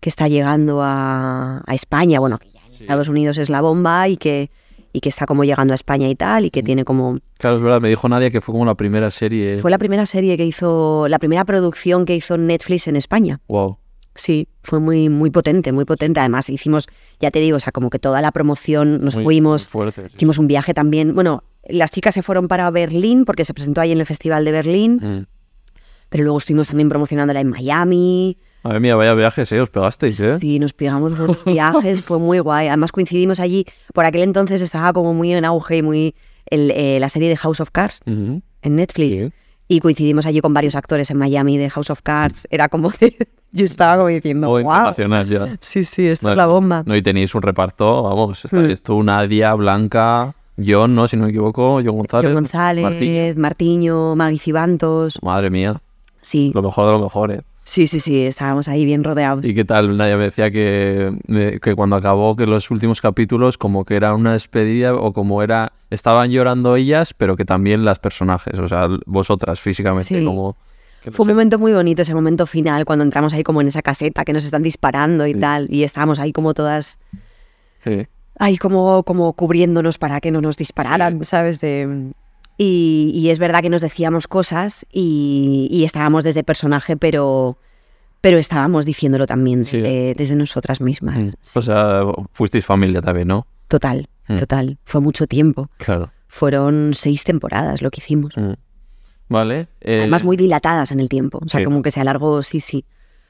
que está llegando a, a España. Bueno, que ya en Estados Unidos es la bomba y que, y que está como llegando a España y tal, y que tiene como
Claro, es verdad, me dijo Nadia que fue como la primera serie.
Fue la primera serie que hizo, la primera producción que hizo Netflix en España.
Wow.
Sí, fue muy, muy potente, muy potente. Además, hicimos, ya te digo, o sea, como que toda la promoción, nos
muy- muy
fuimos,
fuerte, sí.
hicimos un viaje también. Bueno, las chicas se fueron para Berlín porque se presentó ahí en el Festival de Berlín,
Mm.
pero luego estuvimos también promocionándola en Miami.
Madre mía, vaya viajes, ¿eh? Os pegasteis, ¿eh?
Sí, nos pegamos unos viajes, fue muy guay. Además, coincidimos allí. Por aquel entonces estaba como muy en auge y muy el, eh, la serie de House of Cards.
eh. Ujú.
en Netflix.
Sí.
Y coincidimos allí con varios actores en Miami de House of Cards. Era como de- yo estaba como diciendo, wow.
Todo internacional ya.
Sí, sí, esto
Vale.
es la bomba.
No, y tenéis un reparto, vamos, estáis tú, Nadia, Blanca, John, ¿no? Si no me equivoco, John González.
Yo González,
Martín.
Martiño, Maggie Cibantos.
Madre mía,
Sí,
lo mejor de lo mejor, ¿eh?
sí, sí, sí, estábamos ahí bien rodeados.
¿Y qué tal? Nadia me decía que, eh, que cuando acabó, que los últimos capítulos como que era una despedida o como era... Estaban llorando ellas, pero que también las personajes, o sea, vosotras físicamente,
Sí.
como... que no
Fue un
sé.
momento muy bonito ese momento final cuando entramos ahí como en esa caseta que nos están disparando y
Sí.
tal. Y estábamos ahí como todas
Sí.
ay, como, como cubriéndonos para que no nos dispararan, ¿sabes? De, y, y es verdad que nos decíamos cosas y, y estábamos desde personaje, pero, pero estábamos diciéndolo también
Sí. Mm.
desde, desde nosotras mismas.
O sea, fuisteis familia también, ¿no?
Total,
Mm.
total. Fue mucho tiempo.
Claro.
Fueron seis temporadas lo que hicimos.
Mm. Vale. eh,
Además, muy dilatadas en el tiempo. O sea,
sí.
como que se alargó, sí, sí.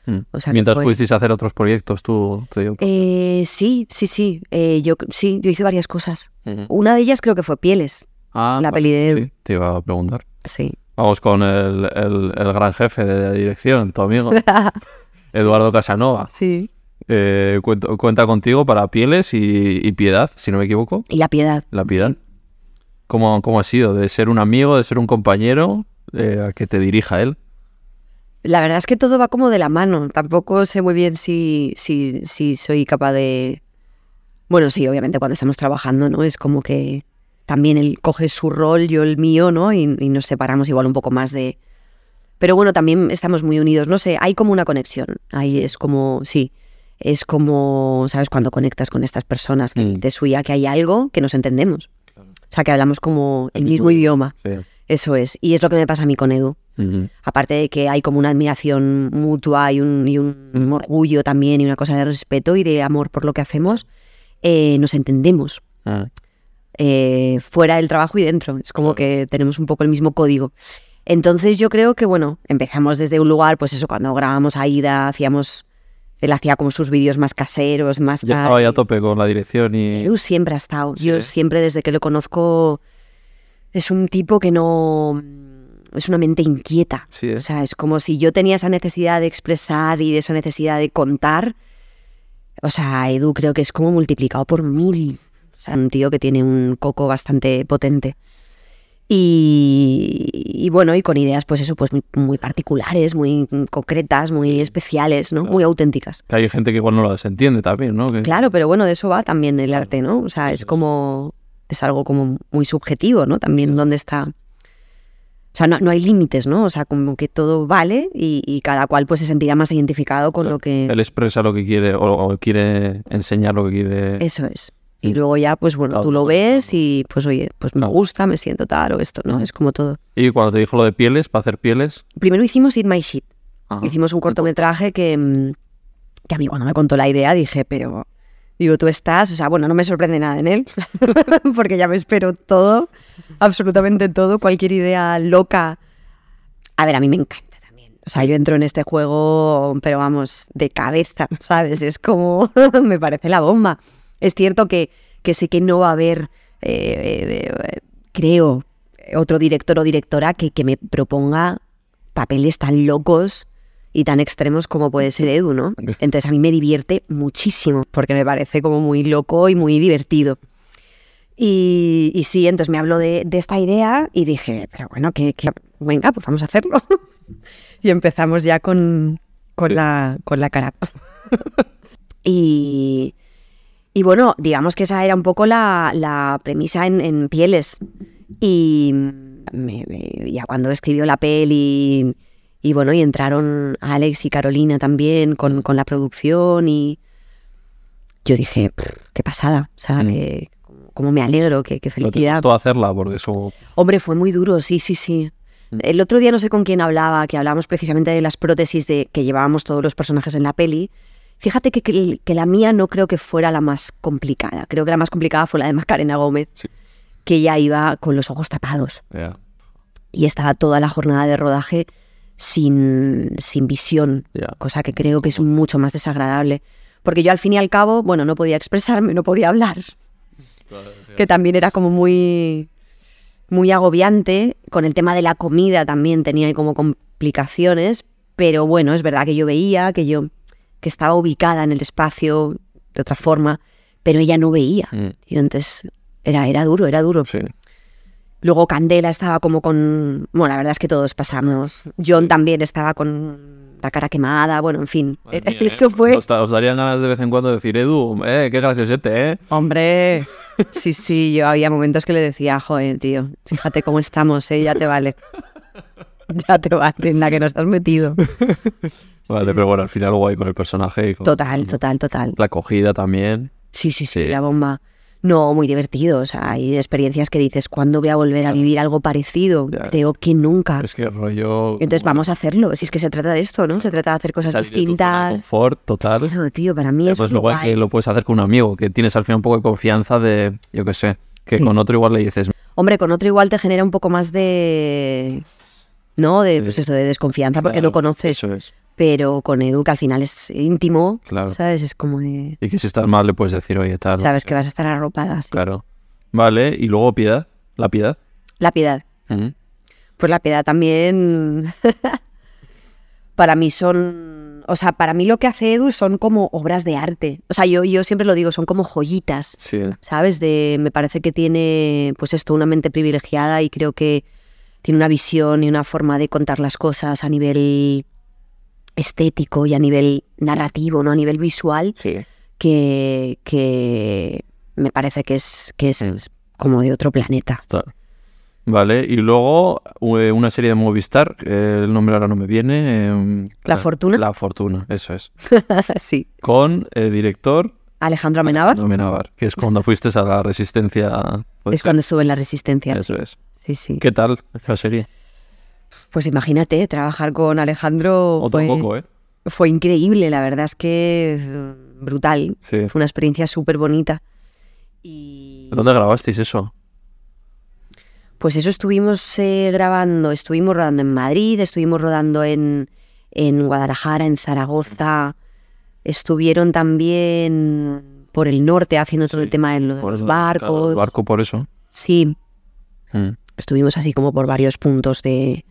mm.
o sea, que
Mientras
fue-
pudisteis hacer otros proyectos, tú. te digo.
Eh, sí, sí, sí. Eh, yo, sí, yo hice varias cosas.
Ujú.
Una de ellas creo que fue Pieles.
Mm. Ah,
la
vale,
peli de Edu.
sí, te iba a preguntar.
Sí.
Vamos con el, el- el gran jefe de la dirección, tu amigo, Eduardo Casanova.
sí.
Eh, cuento- cuenta contigo para Pieles y, y Piedad, si no me equivoco.
Y La Piedad.
La Piedad. ¿Cómo, cómo ha sido? ¿De ser un amigo, de ser un compañero, eh, a que te dirija él?
La verdad es que todo va como de la mano. Tampoco sé muy bien si, si, si soy capaz de... Bueno, sí, obviamente cuando estamos trabajando, ¿no? Es como que también él coge su rol, yo el mío, ¿no? Y, y nos separamos igual un poco más de... Pero bueno, también estamos muy unidos. No sé, hay como una conexión. Ahí es como, sí, es como, ¿sabes? Cuando conectas con estas personas que
Mm.
te suya que hay algo que nos entendemos. O sea, que hablamos como el,
El
mismo,
mismo
idioma.
Sí.
Eso es. Y es lo que me pasa a mí con Edu. Aparte de que hay como una admiración mutua y un, y un orgullo también y una cosa de respeto y de amor por lo que hacemos, eh, nos entendemos
Ah,
eh, fuera del trabajo y dentro. Es como que tenemos un poco el mismo código. Entonces yo creo que, bueno, empezamos desde un lugar, pues eso, cuando grabábamos Aida, hacíamos, él hacía como sus vídeos más caseros, más...
Ya
tal.
estaba ya a tope con la dirección y...
Edu siempre ha estado. Yo
Sí.
siempre, desde que lo conozco, es un tipo que no. Es una mente inquieta.
Sí, ¿eh?
O sea, es como si yo tenía esa necesidad de expresar y de esa necesidad de contar. O sea, Edu creo que es como multiplicado por mil. O sea, un tío que tiene un coco bastante potente. Y, y bueno, y con ideas, pues eso, pues muy, muy particulares, muy concretas, muy especiales, ¿no? Muy auténticas.
Que hay gente que igual no las entiende también, ¿no? Que-
Claro, pero bueno, de eso va también el arte, ¿no? O sea, es como. Es algo como muy subjetivo, ¿no? También dónde está. O sea, no, no hay límites, ¿no? O sea, como que todo vale y, y cada cual pues se sentirá más identificado con lo que.
Él expresa lo que quiere o, o quiere enseñar lo que quiere.
Eso es. Y luego ya, pues bueno, tú lo ves y pues oye, pues me
Claro.
gusta, me siento tal o esto, ¿no? Es como todo.
Y cuando te dijo lo de pieles, para hacer pieles...
Primero hicimos Eat My Shit.
Ajá.
Hicimos un cortometraje que, mm, que a mí cuando me contó la idea dije, pero digo, tú estás, o sea, bueno, no me sorprende nada en él, porque ya me espero todo, absolutamente todo, cualquier idea loca. A ver, a mí me encanta también. O sea, yo entro en este juego, pero vamos, de cabeza, ¿sabes? Es como, me parece la bomba. Es cierto que, que sé que no va a haber, eh, eh, eh, creo, otro director o directora que, que me proponga papeles tan locos y tan extremos como puede ser Edu, ¿no? Entonces a mí me divierte muchísimo porque me parece como muy loco y muy divertido. Y, y sí, entonces me habló de, de esta idea y dije, pero bueno, que, que- venga, pues vamos a hacerlo. y empezamos ya con, con, la, con la cara. y, y bueno, digamos que esa era un poco la, la premisa en, en Pieles. Y me- me- ya cuando escribió la peli y bueno, y entraron Alex y Carolina también con, con la producción y yo dije, "Pff, qué pasada, o sea,
Mm.
que cómo me alegro, qué, qué
Pero te
felicidad.
costó hacerla porque eso...
Hombre, fue muy duro, sí, sí, sí.
Mm.
El otro día no sé con quién hablaba, que hablábamos precisamente de las prótesis de, que llevábamos todos los personajes en la peli. Fíjate que, que- que la mía no creo que fuera la más complicada. Creo que la más complicada fue la de Macarena Gómez,
Sí.
que ya iba con los ojos tapados
Ya,
y estaba toda la jornada de rodaje sin, sin visión,
Ya.
cosa que creo que es mucho más desagradable. Porque yo al fin y al cabo, bueno, no podía expresarme, no podía hablar, que también era como muy, muy agobiante. Con el tema de la comida también tenía ahí como complicaciones, pero bueno, es verdad que yo veía que yo que estaba ubicada en el espacio de otra forma, pero ella no veía.
Mm.
Y entonces era, era duro, era duro.
Sí.
Luego Candela estaba como con... Bueno, la verdad es que todos pasamos. John también estaba con la cara quemada, bueno, en fin.
Madre mía, ¿eh?
Eso fue...
Os, da- os darían ganas de vez en cuando de decir, Edu, eh, qué graciosete, ¿eh?
Hombre, sí, sí, yo había momentos que le decía, joder, tío, fíjate cómo estamos, ¿eh? ya te vale. Ya te vale, en la que nos has metido.
Vale, pero bueno, al final guay con el personaje y con
Total, total, total.
la acogida también.
Sí, sí, sí,
Sí.
la bomba. No, muy divertido. O sea, hay experiencias que dices, ¿cuándo voy a volver a
Claro.
vivir algo parecido?
Ya,
Creo que nunca.
Es que rollo...
Entonces vamos a hacerlo. Si es que se trata de esto, ¿no? Se trata de hacer cosas
salir de tu zona de
distintas.
confort total.
Claro, tío, para mí es
Pues luego
guay.
que lo puedes hacer con un amigo, que tienes al final un poco de confianza de, yo qué sé, que
Sí. Ah,
con otro igual le dices,
Hombre, con otro igual te genera un poco más de... ¿No? De, pues
Sí.
eso, de desconfianza porque
Claro,
no conoces.
eso es.
Pero con Edu, que al final es íntimo,
Claro.
¿sabes? Es como de...
Y que si estás mal le puedes decir, oye, tal.
Sabes que vas a estar arropada. sí.
Claro. Vale, y luego piedad, la piedad.
La piedad.
Ujú.
Pues la piedad también. para mí son. O sea, para mí lo que hace Edu son como obras de arte. O sea, yo, yo siempre lo digo, son como joyitas.
Sí.
¿Sabes? De, me parece que tiene, pues esto, una mente privilegiada y creo que tiene una visión y una forma de contar las cosas a nivel estético y a nivel narrativo, ¿no? A nivel visual,
Sí.
que, que me parece que es, que es como de otro planeta.
Está. Vale, y luego eh, una serie de Movistar, eh, el nombre ahora no me viene. em,
¿La Fortuna?
La Fortuna, eso es.
sí.
Con el director
Alejandro Amenábar.
Amenábar, que es cuando fuiste a la Resistencia. puede
Es
ser.
cuando estuve en la resistencia.
Eso es.
Sí, sí.
¿Qué tal esa serie?
Pues imagínate, trabajar con Alejandro
Otro
fue,
poco, ¿eh?
fue increíble, la verdad es que mm, brutal.
Sí.
Fue una experiencia súper bonita. Y
¿Dónde grabasteis eso?
pues eso estuvimos eh, grabando, estuvimos rodando en Madrid, estuvimos rodando en, en Guadalajara, en Zaragoza, estuvieron también por el norte haciendo todo
Sí,
el tema de lo de
Por
los
el-
barcos.
claro, el barco por eso.
Sí,
Mm.
estuvimos así como por varios puntos de,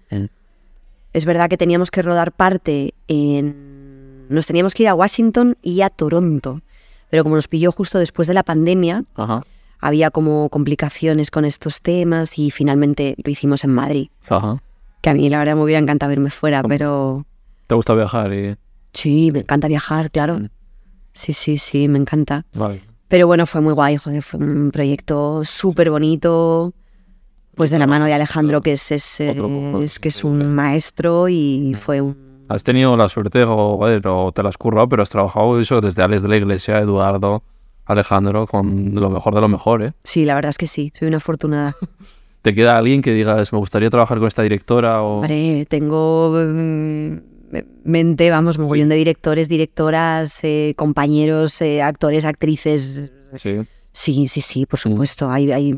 Es verdad que teníamos que rodar parte en... Nos teníamos que ir a Washington y a Toronto, pero como nos pilló justo después de la pandemia,
Ajá.
había como complicaciones con estos temas y finalmente lo hicimos en Madrid,
Ajá.
que a mí la verdad me hubiera encantado irme fuera, pero
¿Te gusta viajar? Y...
sí, me encanta viajar, claro.
Mm.
Sí, sí, sí, me encanta.
Vale.
Pero bueno, fue muy guay, joder, fue un proyecto súper bonito, pues de la mano de Alejandro, que es, es,
Otro poco, Mm.
es que es un maestro y fue un
Has tenido la suerte, o, joder, o te la has currado, pero has trabajado eso desde Alex de la Iglesia, Eduardo, Alejandro, con lo mejor de lo mejor, ¿eh?
Sí, la verdad es que sí, soy una afortunada.
¿Te queda alguien que digas, me gustaría trabajar con esta directora? O...
Vale, tengo mm, mente, vamos, mogollón de directores, directoras, eh, compañeros, eh, actores, actrices.
Sí.
Sí, sí, sí,
Mm.
por supuesto. Hay, hay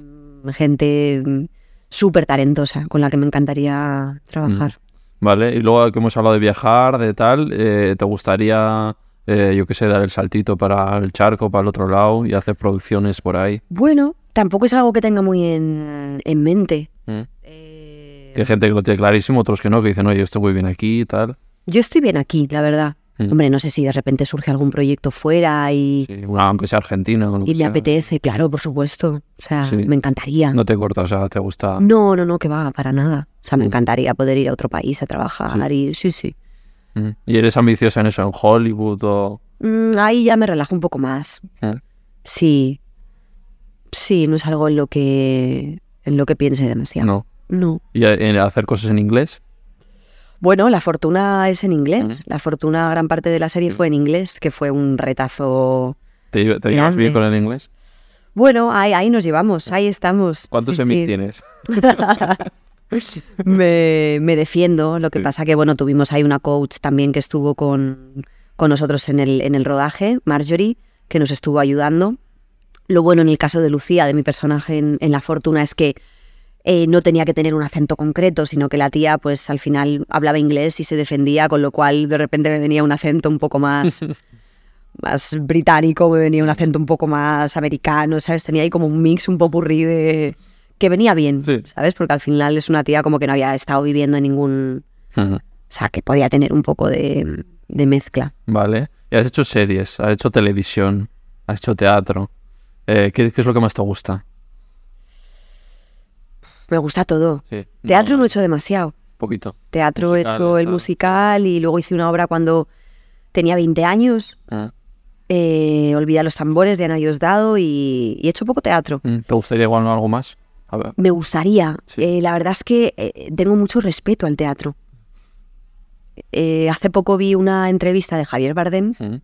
gente mm, súper talentosa con la que me encantaría trabajar.
Mm. Vale, y luego que hemos hablado de viajar, de tal, eh, ¿te gustaría, eh, yo qué sé, dar el saltito para el charco, para el otro lado y hacer producciones por ahí?
Bueno, tampoco es algo que tenga muy en, en mente. Eh,
Que Hay gente que lo tiene clarísimo, otros que no, que dicen, oye, yo estoy muy bien aquí y tal.
yo estoy bien aquí, la verdad.
Mm.
Hombre, no sé si de repente surge algún proyecto fuera y,
Sí, una- aunque sea argentina. o lo que
y me
sea.
apetece, claro, por supuesto. O sea,
Sí.
me encantaría.
No te corta, o sea, te gusta.
No, no, no, que va, para nada. O sea, me encantaría poder ir a otro país a trabajar y sí, sí.
Mm. ¿Y eres ambiciosa en eso, en Hollywood o...?
Mm, ahí ya me relajo un poco más. Sí. Sí, no es algo en lo que en lo que piense demasiado.
No.
No.
¿Y a- en hacer cosas en inglés?
Bueno, La Fortuna es en inglés. La Fortuna, gran parte de la serie fue en inglés, que fue un retazo.
¿Te, lle- te llevas bien
Grande.
con el inglés?
Bueno, ahí, ahí nos llevamos, ahí estamos.
¿Cuántos
Sí,
semis
sí.
tienes?
me, me defiendo. Lo que
Sí.
pasa que, bueno, tuvimos ahí una coach también que estuvo con, con nosotros en el, en el rodaje, Marjorie, que nos estuvo ayudando. Lo bueno en el caso de Lucía, de mi personaje en, en La Fortuna, es que eh, no tenía que tener un acento concreto, sino que la tía, pues al final hablaba inglés y se defendía, con lo cual de repente me venía un acento un poco más, más británico, me venía un acento un poco más americano, ¿sabes? Tenía ahí como un mix, un popurrí de. que venía bien,
Sí.
¿sabes? Porque al final es una tía como que no había estado viviendo en ningún.
Mm.
O sea, que podía tener un poco de, de mezcla.
Vale. Y has hecho series, has hecho televisión, has hecho teatro. Eh, ¿qué, qué es lo que más te gusta?
Me gusta todo.
Sí.
Teatro no he hecho demasiado.
Poquito.
Teatro he
Musical,
hecho el
está.
musical y luego hice una obra cuando tenía 20 años, eh, Olvida los tambores de Ana Diosdado y, y he hecho poco teatro.
Mm, ¿Te gustaría igual algo más? A ver.
Me gustaría.
Sí.
Eh, la verdad es que eh, tengo mucho respeto al teatro. Eh, Mm. hace poco vi una entrevista de Javier Bardem
Mm.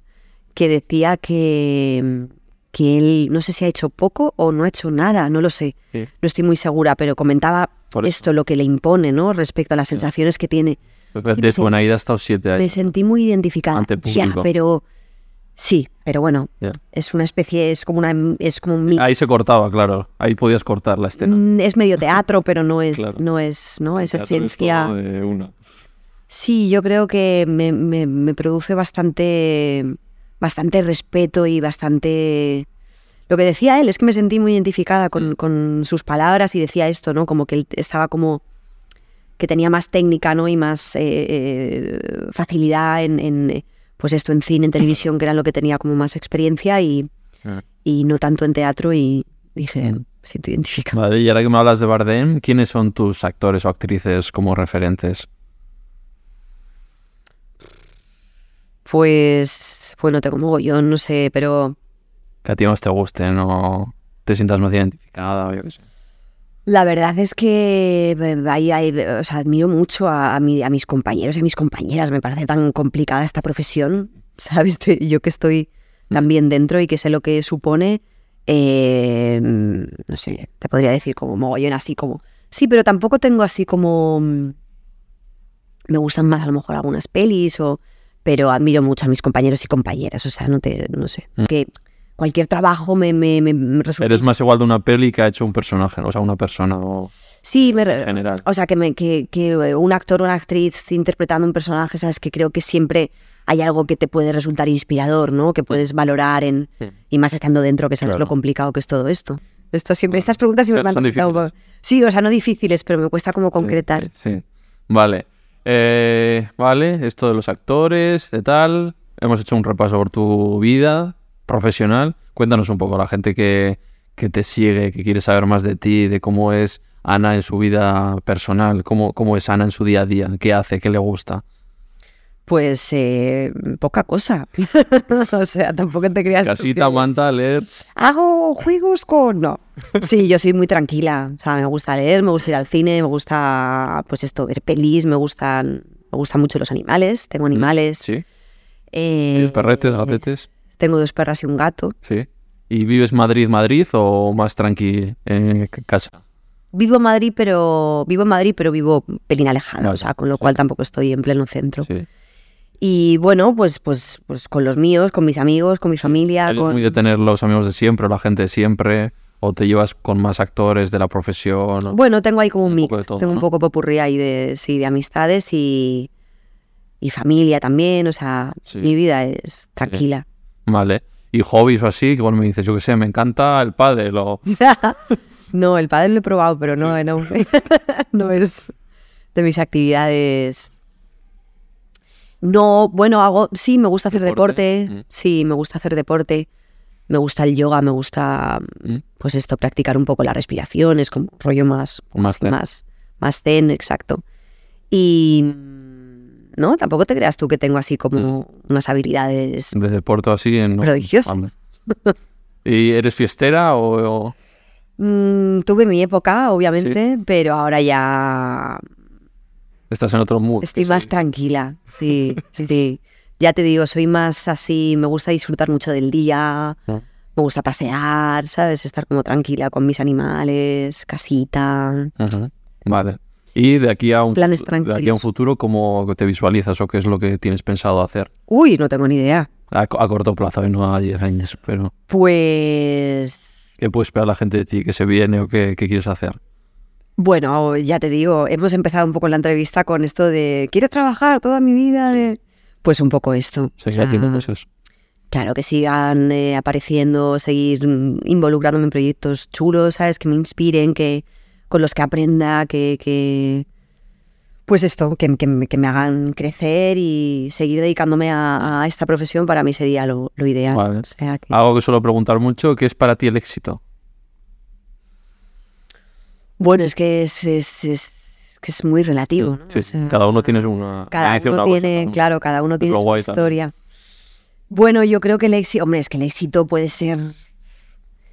que decía que, que él no sé si ha hecho poco o no ha hecho nada, no lo sé.
Sí.
No estoy muy segura, pero comentaba
Por eso.
esto, lo que le impone, ¿no? Respecto a las sensaciones que tiene. Sí,
Después
pues
de
sí. Pues
Buenaida ha estado siete
Me
años.
sentí muy identificada.
Ante
Ya,
público.
pero sí, pero bueno,
Ya.
es una especie, es como una es como un mix.
Ahí se cortaba, claro. Ahí podías cortar la escena.
Mm, Es medio teatro, pero no es,
Claro.
no es, ¿no? Es
Ya todo es
esencia.
todo de una.
Sí, yo creo que me, me- me produce bastante, bastante respeto y bastante... Lo que decía él es que me sentí muy identificada con, con sus palabras y decía esto, ¿no? Como que él estaba como... que tenía más técnica, ¿no? Y más eh, eh, facilidad en, en, eh, pues esto, en cine, en televisión, que era lo que tenía como más experiencia y,
Ah.
y no tanto en teatro y dije, siento identificada.
Vale, y ahora que me hablas de Bardem, ¿quiénes son tus actores o actrices como referentes?
Pues, bueno, te como yo no sé, pero...
Que a ti más te gusten o te sientas más identificada o yo qué sé.
La verdad es que eh, ahí, ahí, eh, o sea, admiro mucho a, a mi- a mis compañeros y a mis compañeras. Me parece tan complicada esta profesión, ¿sabes? Te- Yo que estoy también dentro y que sé lo que supone, eh, no sé, te podría decir como mogollón así como... Sí, pero tampoco tengo así como... mm, Me gustan más a lo mejor algunas pelis o... Pero admiro mucho a mis compañeros y compañeras, o sea, no te... no sé. Que cualquier trabajo me, me, me- me resulta...
Eres más igual de una peli que ha hecho un personaje, o sea, una persona o
Sí, me,
en
re-
general.
o sea, que, me- que- que un actor o una actriz interpretando un personaje, sabes que creo que siempre hay algo que te puede resultar inspirador, ¿no? Que puedes valorar en
Sí.
y más estando dentro, que sabes
Claro.
lo complicado que es todo esto. Esto siempre, estas preguntas siempre
Son-
me han
son
resultado un
difíciles.
poco- Sí, o sea, no difíciles, pero me cuesta como concretar.
Sí. sí. Vale. Eh, vale, esto de los actores, de tal. Hemos hecho un repaso por tu vida profesional. Cuéntanos un poco, la gente que, que te sigue, que quiere saber más de ti, de cómo es Ana en su vida personal, cómo, cómo es Ana en su día a día, qué hace, qué le gusta.
Pues eh, poca cosa. o sea, tampoco te creas. tú que-
Casita, manta, leer.
Hago juegos con. No. Sí, yo soy muy tranquila. O sea, me gusta leer, me gusta ir al cine, me gusta, pues esto, ver pelis, me gustan. Me gustan mucho los animales, tengo animales.
Mm. Sí.
Eh,
¿Tienes perretes, gatetes?
Tengo dos perras y un gato.
Sí. ¿Y vives Madrid, Madrid o más tranqui en c- casa?
Vivo en Madrid, pero vivo en Madrid, pero vivo un pelín alejada,
Vale,
o sea, con lo cual tampoco estoy en pleno centro.
Sí.
Y bueno, pues, pues, pues con los míos, con mis amigos, con mi familia,
¿Eres
con-
muy de tener los amigos de siempre, o la gente de siempre? ¿O te llevas con más actores de la profesión? o-
Bueno, tengo ahí como un,
Un
mix.
poco de todo,
tengo
¿no?
un poco popurrí ahí de, sí, de amistades y, y familia también. O sea,
Sí.
mi vida es tranquila.
Vale. ¿Y hobbies o así? Que igual me dices, yo qué sé, me encanta el pádel o...
no, el padre lo he probado, pero no, no, no es de mis actividades. No, bueno, hago, sí, me gusta hacer
Deporte,
deporte.
mm.
Sí, me gusta hacer deporte. Me gusta el yoga, me gusta,
¿Mm?
pues esto, practicar un poco la respiración, es como un rollo más, pues,
Más zen.
más, más zen, exacto. Y mm, no, tampoco te creas tú que tengo así como unas habilidades.
de deporte o así. En...
Prodigiosas.
Vale. ¿Y eres fiestera o...? o-
Mm, tuve mi época, obviamente, pero ahora ya
Estás en otro mood.
Estoy
que
más
sí.
tranquila, sí, sí. Ya te digo, soy más así, me gusta disfrutar mucho del día,
Ah.
me gusta pasear, ¿sabes? Estar como tranquila con mis animales, casita.
Ajá. Vale. ¿Y de aquí a un,
Planes
de aquí a un
tranquilos.
futuro cómo te visualizas o qué es lo que tienes pensado hacer?
Uy, no tengo ni idea.
A, co- a corto plazo, eh, no a 10 años, pero...
Pues,
¿Qué puede esperar la gente de ti? ¿Qué se viene o qué, qué quieres hacer?
bueno, ya te digo, hemos empezado un poco la entrevista con esto de quiero trabajar toda mi vida. de-". Pues un poco esto. o
Seguir haciendo
sea,
cosas.
Claro, que sigan eh, apareciendo, seguir mm, involucrándome en proyectos chulos, ¿sabes? Que me inspiren, que con los que aprenda, que... que- Pues esto, que, que me- que me hagan crecer y seguir dedicándome a, a esta profesión para mí sería lo, lo ideal.
Vale. Ah.
O sea que-
Algo que suelo preguntar mucho, ¿qué es para ti el éxito?
Bueno, es que es, es- es- que es muy relativo, ¿no?
Sí,
O sea,
cada uno tiene una...
cada
ah, es
uno
una cosa,
tiene,
¿no?
claro, cada uno tiene
lo
su
guay también.
historia. Bueno, yo creo que el éxito, hombre, es que el éxito puede ser...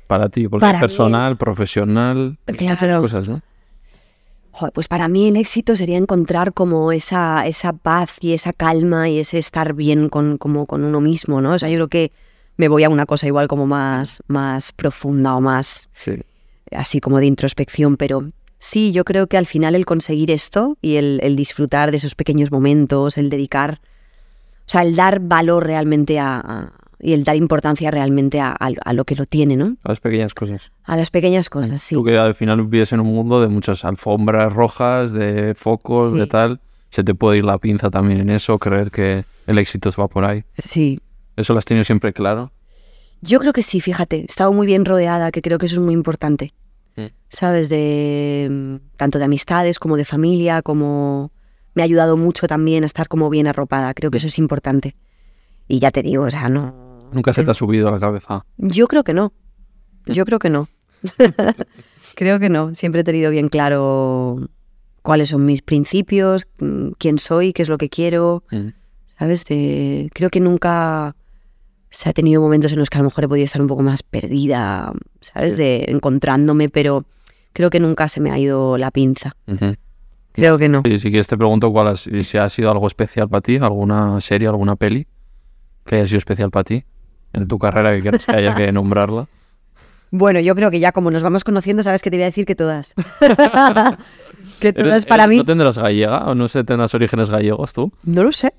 Para ti, porque
Para mí-
personal, profesional,
Claro.
cosas, ¿no?
Joder, pues para mí el éxito sería encontrar como esa, esa paz y esa calma y ese estar bien con, como con uno mismo, ¿no? O sea, yo creo que me voy a una cosa igual como más, más profunda o más
Sí.
así como de introspección, pero sí, yo creo que al final el conseguir esto y el, el disfrutar de esos pequeños momentos, el dedicar, o sea, el dar valor realmente a, a- y el dar importancia realmente a, a- a lo que lo tiene, ¿no?
Las pequeñas cosas.
A las pequeñas cosas, sí.
Tú que al final vives en un mundo de muchas alfombras rojas, de focos,
Sí.
de tal, se te puede ir la pinza también en eso, creer que el éxito va por ahí.
Sí.
¿Eso lo has tenido siempre claro?
Yo creo que sí, fíjate, he estado muy bien rodeada, que creo que eso es muy importante.
Mm.
¿Sabes? De mm, tanto de amistades como de familia, como me ha ayudado mucho también a estar como bien arropada,
Mm.
creo que eso es importante. Y ya te digo, o sea, no
Nunca se te ha subido a la cabeza.
yo creo que no. Yo creo que no. creo que no. Siempre he tenido bien claro cuáles son mis principios, mm, quién soy, qué es lo que quiero.
Mm.
¿Sabes? De- creo que nunca se ha tenido momentos en los que a lo mejor he podido estar un poco más perdida, ¿sabes? De encontrándome, pero creo que nunca se me ha ido la pinza.
Ujú.
Creo que no.
Y si quieres te este pregunto cuál has- y si ha sido algo especial para ti, alguna serie, alguna peli que haya sido especial para ti en tu carrera que crees que haya que nombrarla.
Bueno, yo creo que ya como nos vamos conociendo, sabes que te voy a decir que todas. que
¿Eres-
todas para
eres-
mí.
¿No tendrás gallega o no sé, tendrás orígenes gallegos tú?
No lo sé.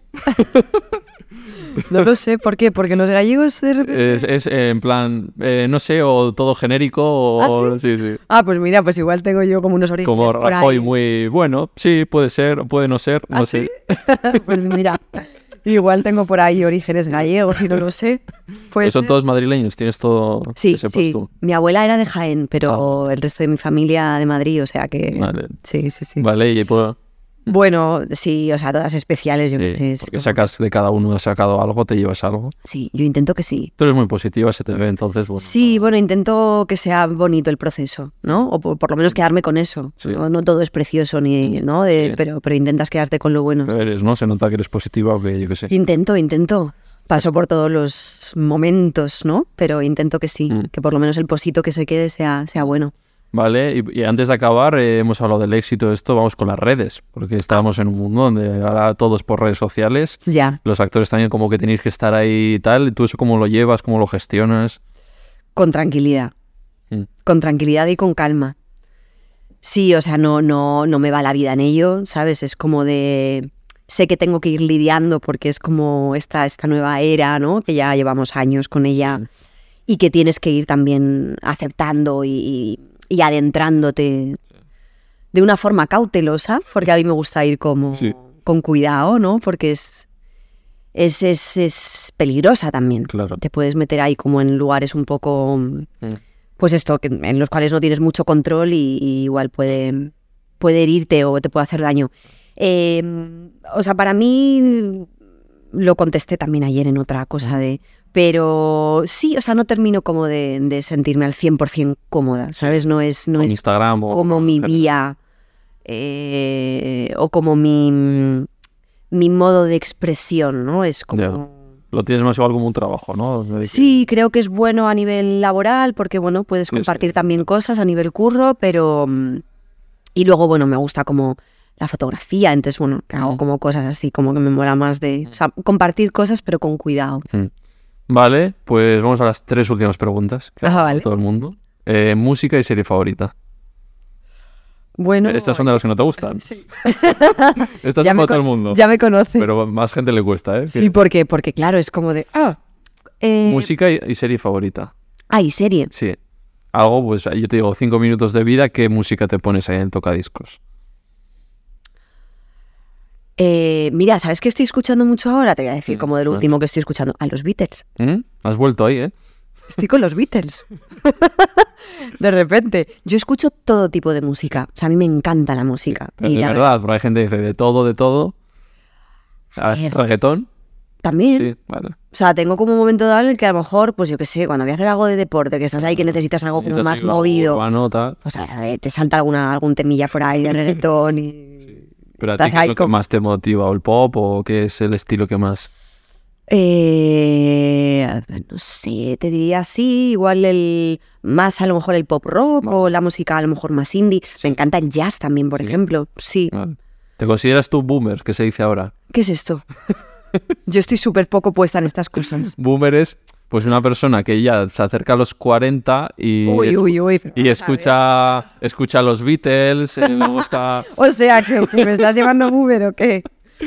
no lo sé, ¿por qué? Porque los gallegos de repente...
Es, es, eh, en plan, eh, no sé, o todo genérico o...
¿Ah,
sí, sí.
Ah, pues mira, pues igual tengo yo como unos orígenes
Como
por ahí.
Rajoy muy bueno, sí, puede ser, o puede no ser, no
¿Ah,
sé.
sí? pues mira, igual tengo por ahí orígenes gallegos y no lo sé.
Pero
Pues, eh,
Son todos madrileños, tienes todo
sí,
ese
sí.
puesto.
Mi abuela era de Jaén, pero el resto de mi familia de Madrid, o sea que...
Ah. Vale.
Sí, sí, sí.
Vale, y pues,
Bueno, sí, o sea, todas especiales, yo
sí,
qué sé. es
eh, porque
como-
sacas de cada uno, has sacado algo, te llevas algo.
Sí, yo intento que sí.
Tú eres muy positiva, se te ve, entonces, bueno.
Sí, bueno, intento que sea bonito el proceso, ¿no? O por, por lo menos quedarme con eso.
Sí.
No, No todo es precioso, ni, ¿no? De-
Sí.
pero, pero intentas quedarte con lo bueno.
Eres, ¿no? Se nota que eres positiva o que yo qué sé.
Intento, intento. Paso por todos los momentos, ¿no? Pero intento que sí,
Mm.
que por lo menos el posito que se quede sea, sea bueno.
Vale, y, y antes de acabar, eh, hemos hablado del éxito de esto, vamos con las redes, porque estábamos en un mundo donde ahora todos por redes sociales,
Ya.
los actores también como que tenéis que estar ahí y tal, y tú eso cómo lo llevas, cómo lo gestionas.
Con tranquilidad.
Mm.
con tranquilidad y con calma. Sí, o sea, no, no, no me va la vida en ello, ¿sabes? Es como de. Sé que tengo que ir lidiando porque es como esta, esta nueva era, ¿no? Que ya llevamos años con ella y que tienes que ir también aceptando y, y adentrándote de una forma cautelosa, porque a mí me gusta ir como
Sí.
con cuidado, ¿no? Porque es, es, es, es peligrosa también.
Claro.
Te puedes meter ahí como en lugares un poco pues esto, que- en los cuales no tienes mucho control y, y igual puede, puede herirte o te puede hacer daño. Eh, o sea, para mí lo contesté también ayer en otra cosa de... Pero sí, o sea, no termino como de, de sentirme al 100% cómoda, ¿sabes? No es, no
en
es
Instagram o...
como mi
Claro.
vía eh, o como mi, mi modo de expresión, ¿no? Es como...
Lo tienes más igual como un trabajo, ¿no? De que-
Sí, creo que es bueno a nivel laboral porque, bueno, puedes
Sí, sí.
compartir también cosas a nivel curro, pero... mm, Y luego, bueno, me gusta como la fotografía, entonces, bueno, que hago como cosas así, como que me mola más de... O sea, compartir cosas, pero con cuidado.
Mm. Vale, pues vamos a las tres últimas preguntas. que
Ah,
hace
vale.
Todo el mundo. Eh, música y serie favorita.
Bueno...
Estas son de las que no te gustan. Estas
ya
son
me
para todo el
con-
mundo.
Ya me conoces.
Pero más gente le cuesta, ¿eh?
sí, porque, porque claro, es como de... Ah, eh,
Música y, y serie favorita.
ay, serie.
Sí. Algo, pues yo te digo, cinco minutos de vida, ¿qué música te pones ahí en el tocadiscos?
Eh, mira, ¿sabes qué estoy escuchando mucho ahora? Te voy a decir como del
bueno.
último que estoy escuchando. A los Beatles.
¿Mm? Has vuelto ahí, ¿eh?
Estoy con los Beatles. de repente. Yo escucho todo tipo de música. O sea, a mí me encanta la música.
Pero
Y
de
la
verdad, porque hay gente que dice de todo, de todo. Ah,
ver.
¿Reggaetón?
También.
Sí, vale.
O sea, tengo como un momento dado en el que a lo mejor, pues yo qué sé, cuando voy a hacer algo de deporte, que estás ahí que necesitas algo como pues más
Necesitas algo
movido.
urbano, tal.
O sea, eh, te salta alguna, algún temilla por ahí de reggaetón y.
Pero a ti,
Estás
¿qué es
ahí
lo que
como-
más te motiva? ¿O el pop? ¿O qué es el estilo que más...?
Eh, no sé, te diría sí, igual el más a lo mejor el pop rock o la música a lo mejor más indie. Me encanta el jazz también, por ejemplo. Sí.
Vale. ¿Te consideras tú boomer, que se dice ahora?
¿Qué es esto? Yo estoy súper poco puesta en estas cosas.
Boomer es Pues una persona que ya se acerca a los 40 y,
Uy,
es-
uy, uy. pero
y
vamos a
escucha, escucha a los Beatles, eh, luego está
ver. O sea, que que me estás llevando Uber o qué.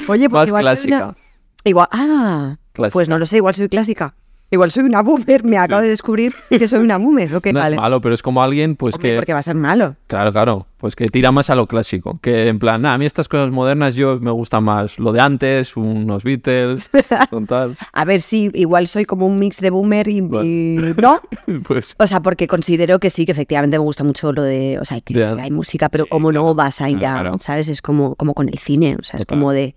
Oye, pues igual
más
soy
clásica.
una- Igual, ah,
Clásica.
pues no lo sé, igual soy clásica. Igual soy una boomer, me acabo de descubrir que soy una boomer, ¿o qué?
No
vale.
es malo, pero es como alguien pues
Hombre,
que...
Porque va a ser malo.
Claro, claro, pues que tira más a lo clásico. Que en plan, "Nah, a mí estas cosas modernas yo me gusta más lo de antes, unos Beatles, con tal.
A ver, sí, igual soy como un mix de boomer y,
Vale.
y- ¿No?
Pues
O sea, porque considero que sí, que efectivamente me gusta mucho lo de... O sea, que
De-
hay música, pero como no vas a ir a...
claro.
¿Sabes? Es como, como con el cine, o sea, es
Total.
como de...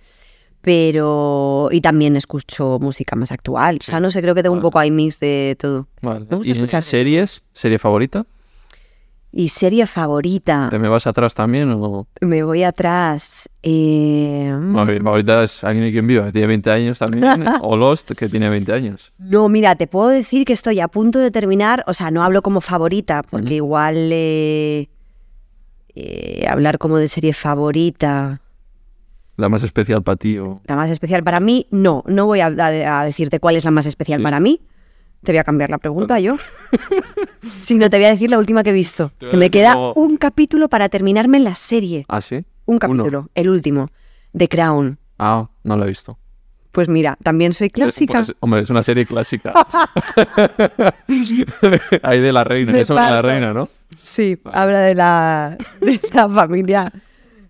Pero... Y también escucho música más actual. O sea, no sé, creo que tengo un poco ahí mix de todo.
vale.
Me gusta
¿Y
escuchar-
series? ¿Serie favorita?
Y serie favorita.
¿Te me vas atrás también o...?
Me voy atrás. eh,
A ver, ahorita es alguien que viva, que tiene 20 años también, o Lost, que tiene 20 años.
No, mira, te puedo decir que estoy a punto de terminar, o sea, no hablo como favorita, porque igual eh, eh, hablar como de serie favorita,
La más especial para ti. O...
la más especial para mí, no, no voy a, a- a decirte cuál es la más especial
Sí.
para mí. Te voy a cambiar la pregunta yo. Sino te voy a decir la última que he visto.
Te voy a
Que me
decir
queda
como-
un capítulo para terminarme la serie.
¿Ah, sí?
Un
Uno.
capítulo, el último, de Crown.
Ah, no lo he visto.
Pues mira, también soy clásica.
Pues, hombre, es una serie clásica. Ahí de la reina,
Me
eso de la
parto.
reina, ¿no?
Sí, habla de la, de la familia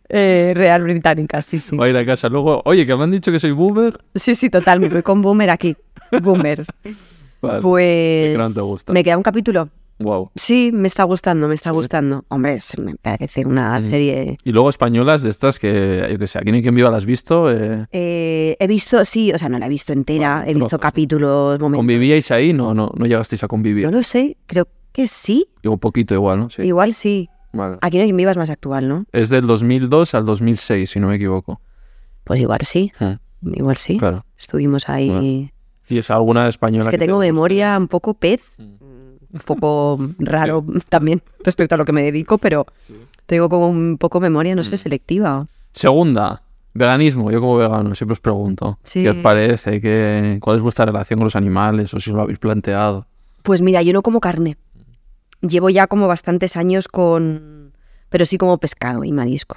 eh, real británica, sí, sí.
Va a ir a casa. Luego, oye, que me han dicho que soy boomer.
Sí, sí, total, me voy con Boomer aquí. Boomer.
Vale.
Pues...
gran te gusta.
Me queda un capítulo.
Wow.
Sí, me está gustando, me está gustando. Hombre, se me parece
Mm.
una serie...
Y luego españolas de estas que, yo que sé, aquí ni quien viva las has visto. Eh,
Eh, he visto, sí, o sea, no la he visto entera, he visto
trozos, ¿no?
capítulos, momentos...
¿Convivíais ahí? No, no, no llegasteis a
No
convivir.
lo sé, creo que sí,
Un poquito igual, ¿no? Sí.
igual sí.
Vale.
Aquí no hay quien viva es más actual, ¿no?
Es del 2002 al 2006, si no me equivoco.
Pues igual sí,
Hmm,
igual sí.
Claro.
Estuvimos ahí...
Bueno. ¿Y es alguna española?
Es que
te Mm.
tengo
guste?
memoria un poco pez, un poco raro también respecto a lo que me dedico, pero tengo como un poco memoria,
Mm.
no sé, selectiva.
Segunda, veganismo. Yo como vegano siempre os pregunto.
Sí.
¿Qué os parece? ¿Qué, ¿Cuál es vuestra relación con los animales? ¿O si os lo habéis planteado?
Pues mira, yo no como carne. Llevo ya como bastantes años con... Pero sí como pescado y marisco.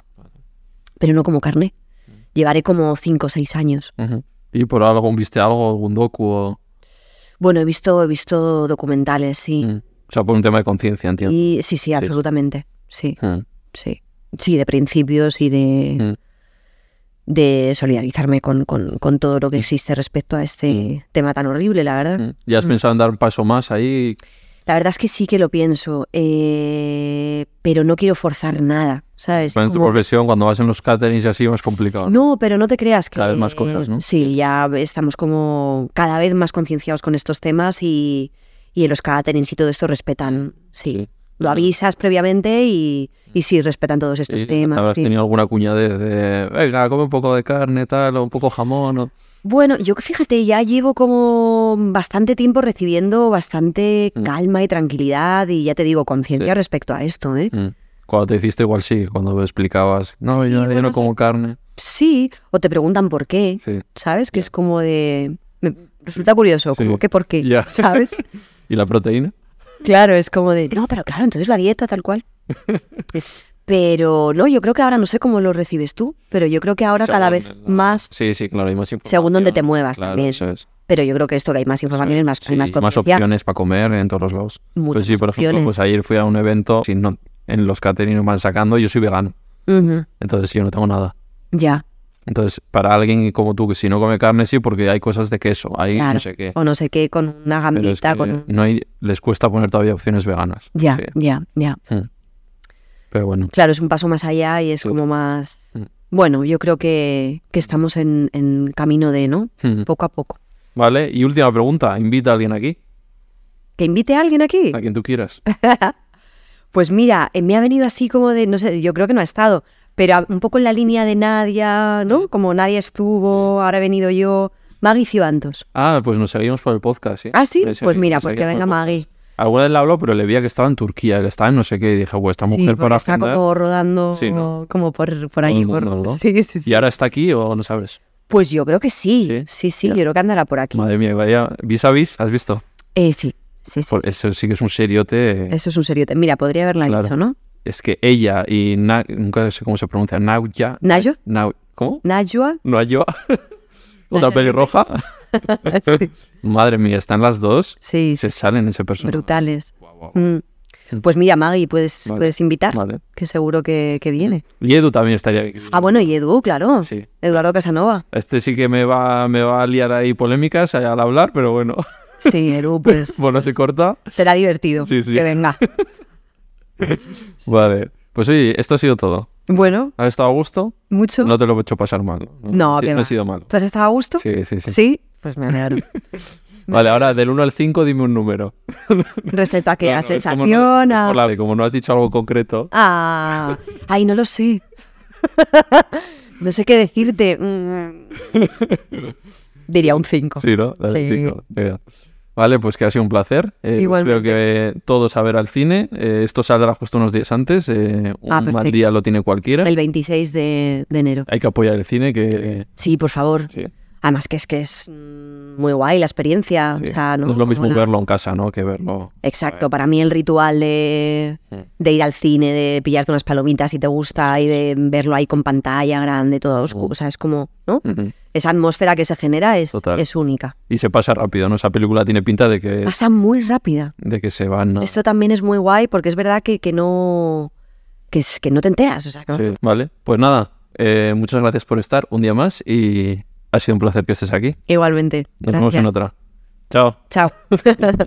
Pero no como carne. Llevaré como 5 o 6 años.
¿Y por algo viste algo, algún docu? O,
Bueno, he visto, he visto documentales, sí.
Mm. O sea, por un tema de conciencia, entiendo.
Y, sí, sí, absolutamente. Sí,
Mm,
sí. Sí, de principios y de...
mm.
de solidarizarme con, con- con todo lo que existe respecto a este tema tan horrible, la verdad.
¿Ya has pensado en dar un paso más ahí?
La verdad es que sí que lo pienso, eh, pero no quiero forzar nada, ¿sabes?
en tu
Como-
profesión, cuando vas en los caterings y así, más complicado. ¿no?
no, pero no te creas que...
Cada vez más cosas, ¿no?
Sí, ya estamos como cada vez más concienciados con estos temas y, y en los caterings y todo esto respetan, sí.
Sí.
Lo avisas previamente y, y sí, respetan todos estos
Y
temas.
¿Habrás
este sí.
tenido alguna cuñadez de, venga, come un poco de carne, tal, o un poco jamón? O...
Bueno, yo fíjate, ya llevo como bastante tiempo recibiendo bastante
Mm.
calma y tranquilidad y ya te digo, conciencia respecto a esto, ¿eh?
Mm. Cuando te hiciste igual sí, cuando explicabas, no,
Sí,
yo, yo
bueno,
no
sí.
como carne.
Sí, o te preguntan por qué,
Sí.
¿sabes? Que es como de... me resulta curioso,
Sí.
como que por qué,
Ya.
¿sabes?
¿Y la proteína?
Claro, es como de... No, pero claro, entonces la dieta tal cual. Pero no, yo creo que ahora no sé cómo lo recibes tú, pero yo creo que ahora cada vez
Según la-
más...
Sí, sí, claro, hay más información.
Según donde te muevas
Claro,
también.
eso es.
Pero yo creo que esto que hay más información, es más, hay
Sí,
más
más
conciencia.
opciones para comer en todos los lados.
Muchas
pues sí,
más
por ejemplo,
opciones.
pues ayer fui a un evento, si no, en los catering van sacando, yo soy vegano,
Ujú,
entonces yo no tengo nada.
Ya,
Entonces, para alguien como tú que si no come carne, sí, porque hay cosas de queso, hay
claro.
no sé qué.
O no sé qué, con una
Pero
gambita,
es que
con un...
no hay, les cuesta poner todavía opciones veganas.
Ya,
Sí.
ya, ya.
Mm. Pero bueno,
Claro, es un paso más allá y es como más...
Mm.
Bueno, yo creo que, que estamos en, en camino de, ¿no?
Mm.
Poco a poco.
vale. Y última pregunta, invita a alguien aquí,
¿Que invite a alguien aquí?
a quien tú quieras.
Pues mira, eh, me ha venido así como de, no sé, yo creo que no ha estado, pero a- un poco en la línea de Nadia, ¿no? Como Nadia estuvo, ahora he venido yo. Maggie Cibantos.
Ah, pues nos seguimos por el podcast, sí.
Ah, sí,
Me seguí-
pues mira,
me
pues
seguí
que
por el
venga
podcast.
Maggie.
Alguna vez le habló, pero le veía que estaba en Turquía, que estaba en no sé qué, y dije, bueno, esta
Sí,
mujer
porque
para
está
agendar".
como rodando
Sí, ¿no?
como por, por ahí.
el
por-
mundo, ¿no?
Sí, sí, sí.
¿Y ahora está aquí o no sabes?
Pues yo creo que sí,
Sí.
sí, sí,
Ya.
yo creo que andará por aquí.
Madre mía, vaya. Vis a vis, ¿has visto?
Eh, sí, sí, sí,
Por-
sí.
Eso sí que es un seriote. Es,
Eso es un serio. te- Mira, podría haberla
Claro.
dicho, ¿no?
que ella y Na- nunca sé cómo se pronuncia, Nauya.
¿Nayo?
Nau- ¿Cómo?
¿Nayua?
Nauya. Otra
Nauya.
pelirroja.
sí,
Madre mía, están las dos.
sí,
Y se salen ese personaje.
brutales.
Guau, guau, guau.
Mm. Pues mira, Maggie, puedes,
Vale.
puedes invitar,
Vale.
que seguro que, que viene.
Y Edu también estaría aquí.
Ah, bueno, y Edu, claro.
Sí.
Eduardo Casanova.
Este sí que me va, me va a liar ahí polémicas al hablar, pero bueno,
Sí, Edu, pues
bueno, se corta.
será divertido
Sí, sí.
que venga.
Vale. Pues oye, esto ha sido todo.
Bueno,
¿Has estado a gusto?
mucho.
No te lo he hecho pasar mal.
No,
Sí,
que
no
va.
ha sido malo.
¿Tú has estado a gusto?
Sí, sí, sí.
¿Sí? Pues me alegro.
Vale, ahora del 1 al 5 dime un número.
Respecto a que
No,
a
no, es como no-
sensación,
es
a-
por la de como no has dicho algo concreto.
Ah, ay, no lo sé. no sé qué decirte. Mm. Diría un 5.
Sí, ¿no? Dale,
Sí.
cinco. Venga. Vale, pues que ha sido un placer. Eh, espero que todos a ver al cine. Eh, esto saldrá justo unos días antes. Eh, un
Ah,
mal
perfecto.
día lo tiene cualquiera.
El 26 de, de enero.
Hay que apoyar el cine, que eh,
Sí, por favor.
sí,
Además que es que es mm, muy guay la experiencia.
sí.
O sea, ¿no?
es lo mismo
Mola.
verlo en casa, ¿no? Que verlo.
Exacto, para mí el ritual de, de ir al cine, de pillarte unas palomitas si te gusta y de verlo ahí con pantalla grande, todo
Mm.
oscuro, o sea, es como, ¿no?
Ujú.
Esa atmósfera que se genera es,
Total.
es única.
Y se pasa rápido, ¿no? Esa película tiene pinta de que,
Pasa muy rápida.
de que se van. a-
Ah, Esto también es muy guay porque es verdad que, que no que, es, que no te enteras. O sea, que-
Sí, Vale, pues nada. eh, muchas gracias por estar un día más y ha sido un placer que estés aquí.
Igualmente.
Nos vemos en
Gracias.
otra. Chao.
Chao.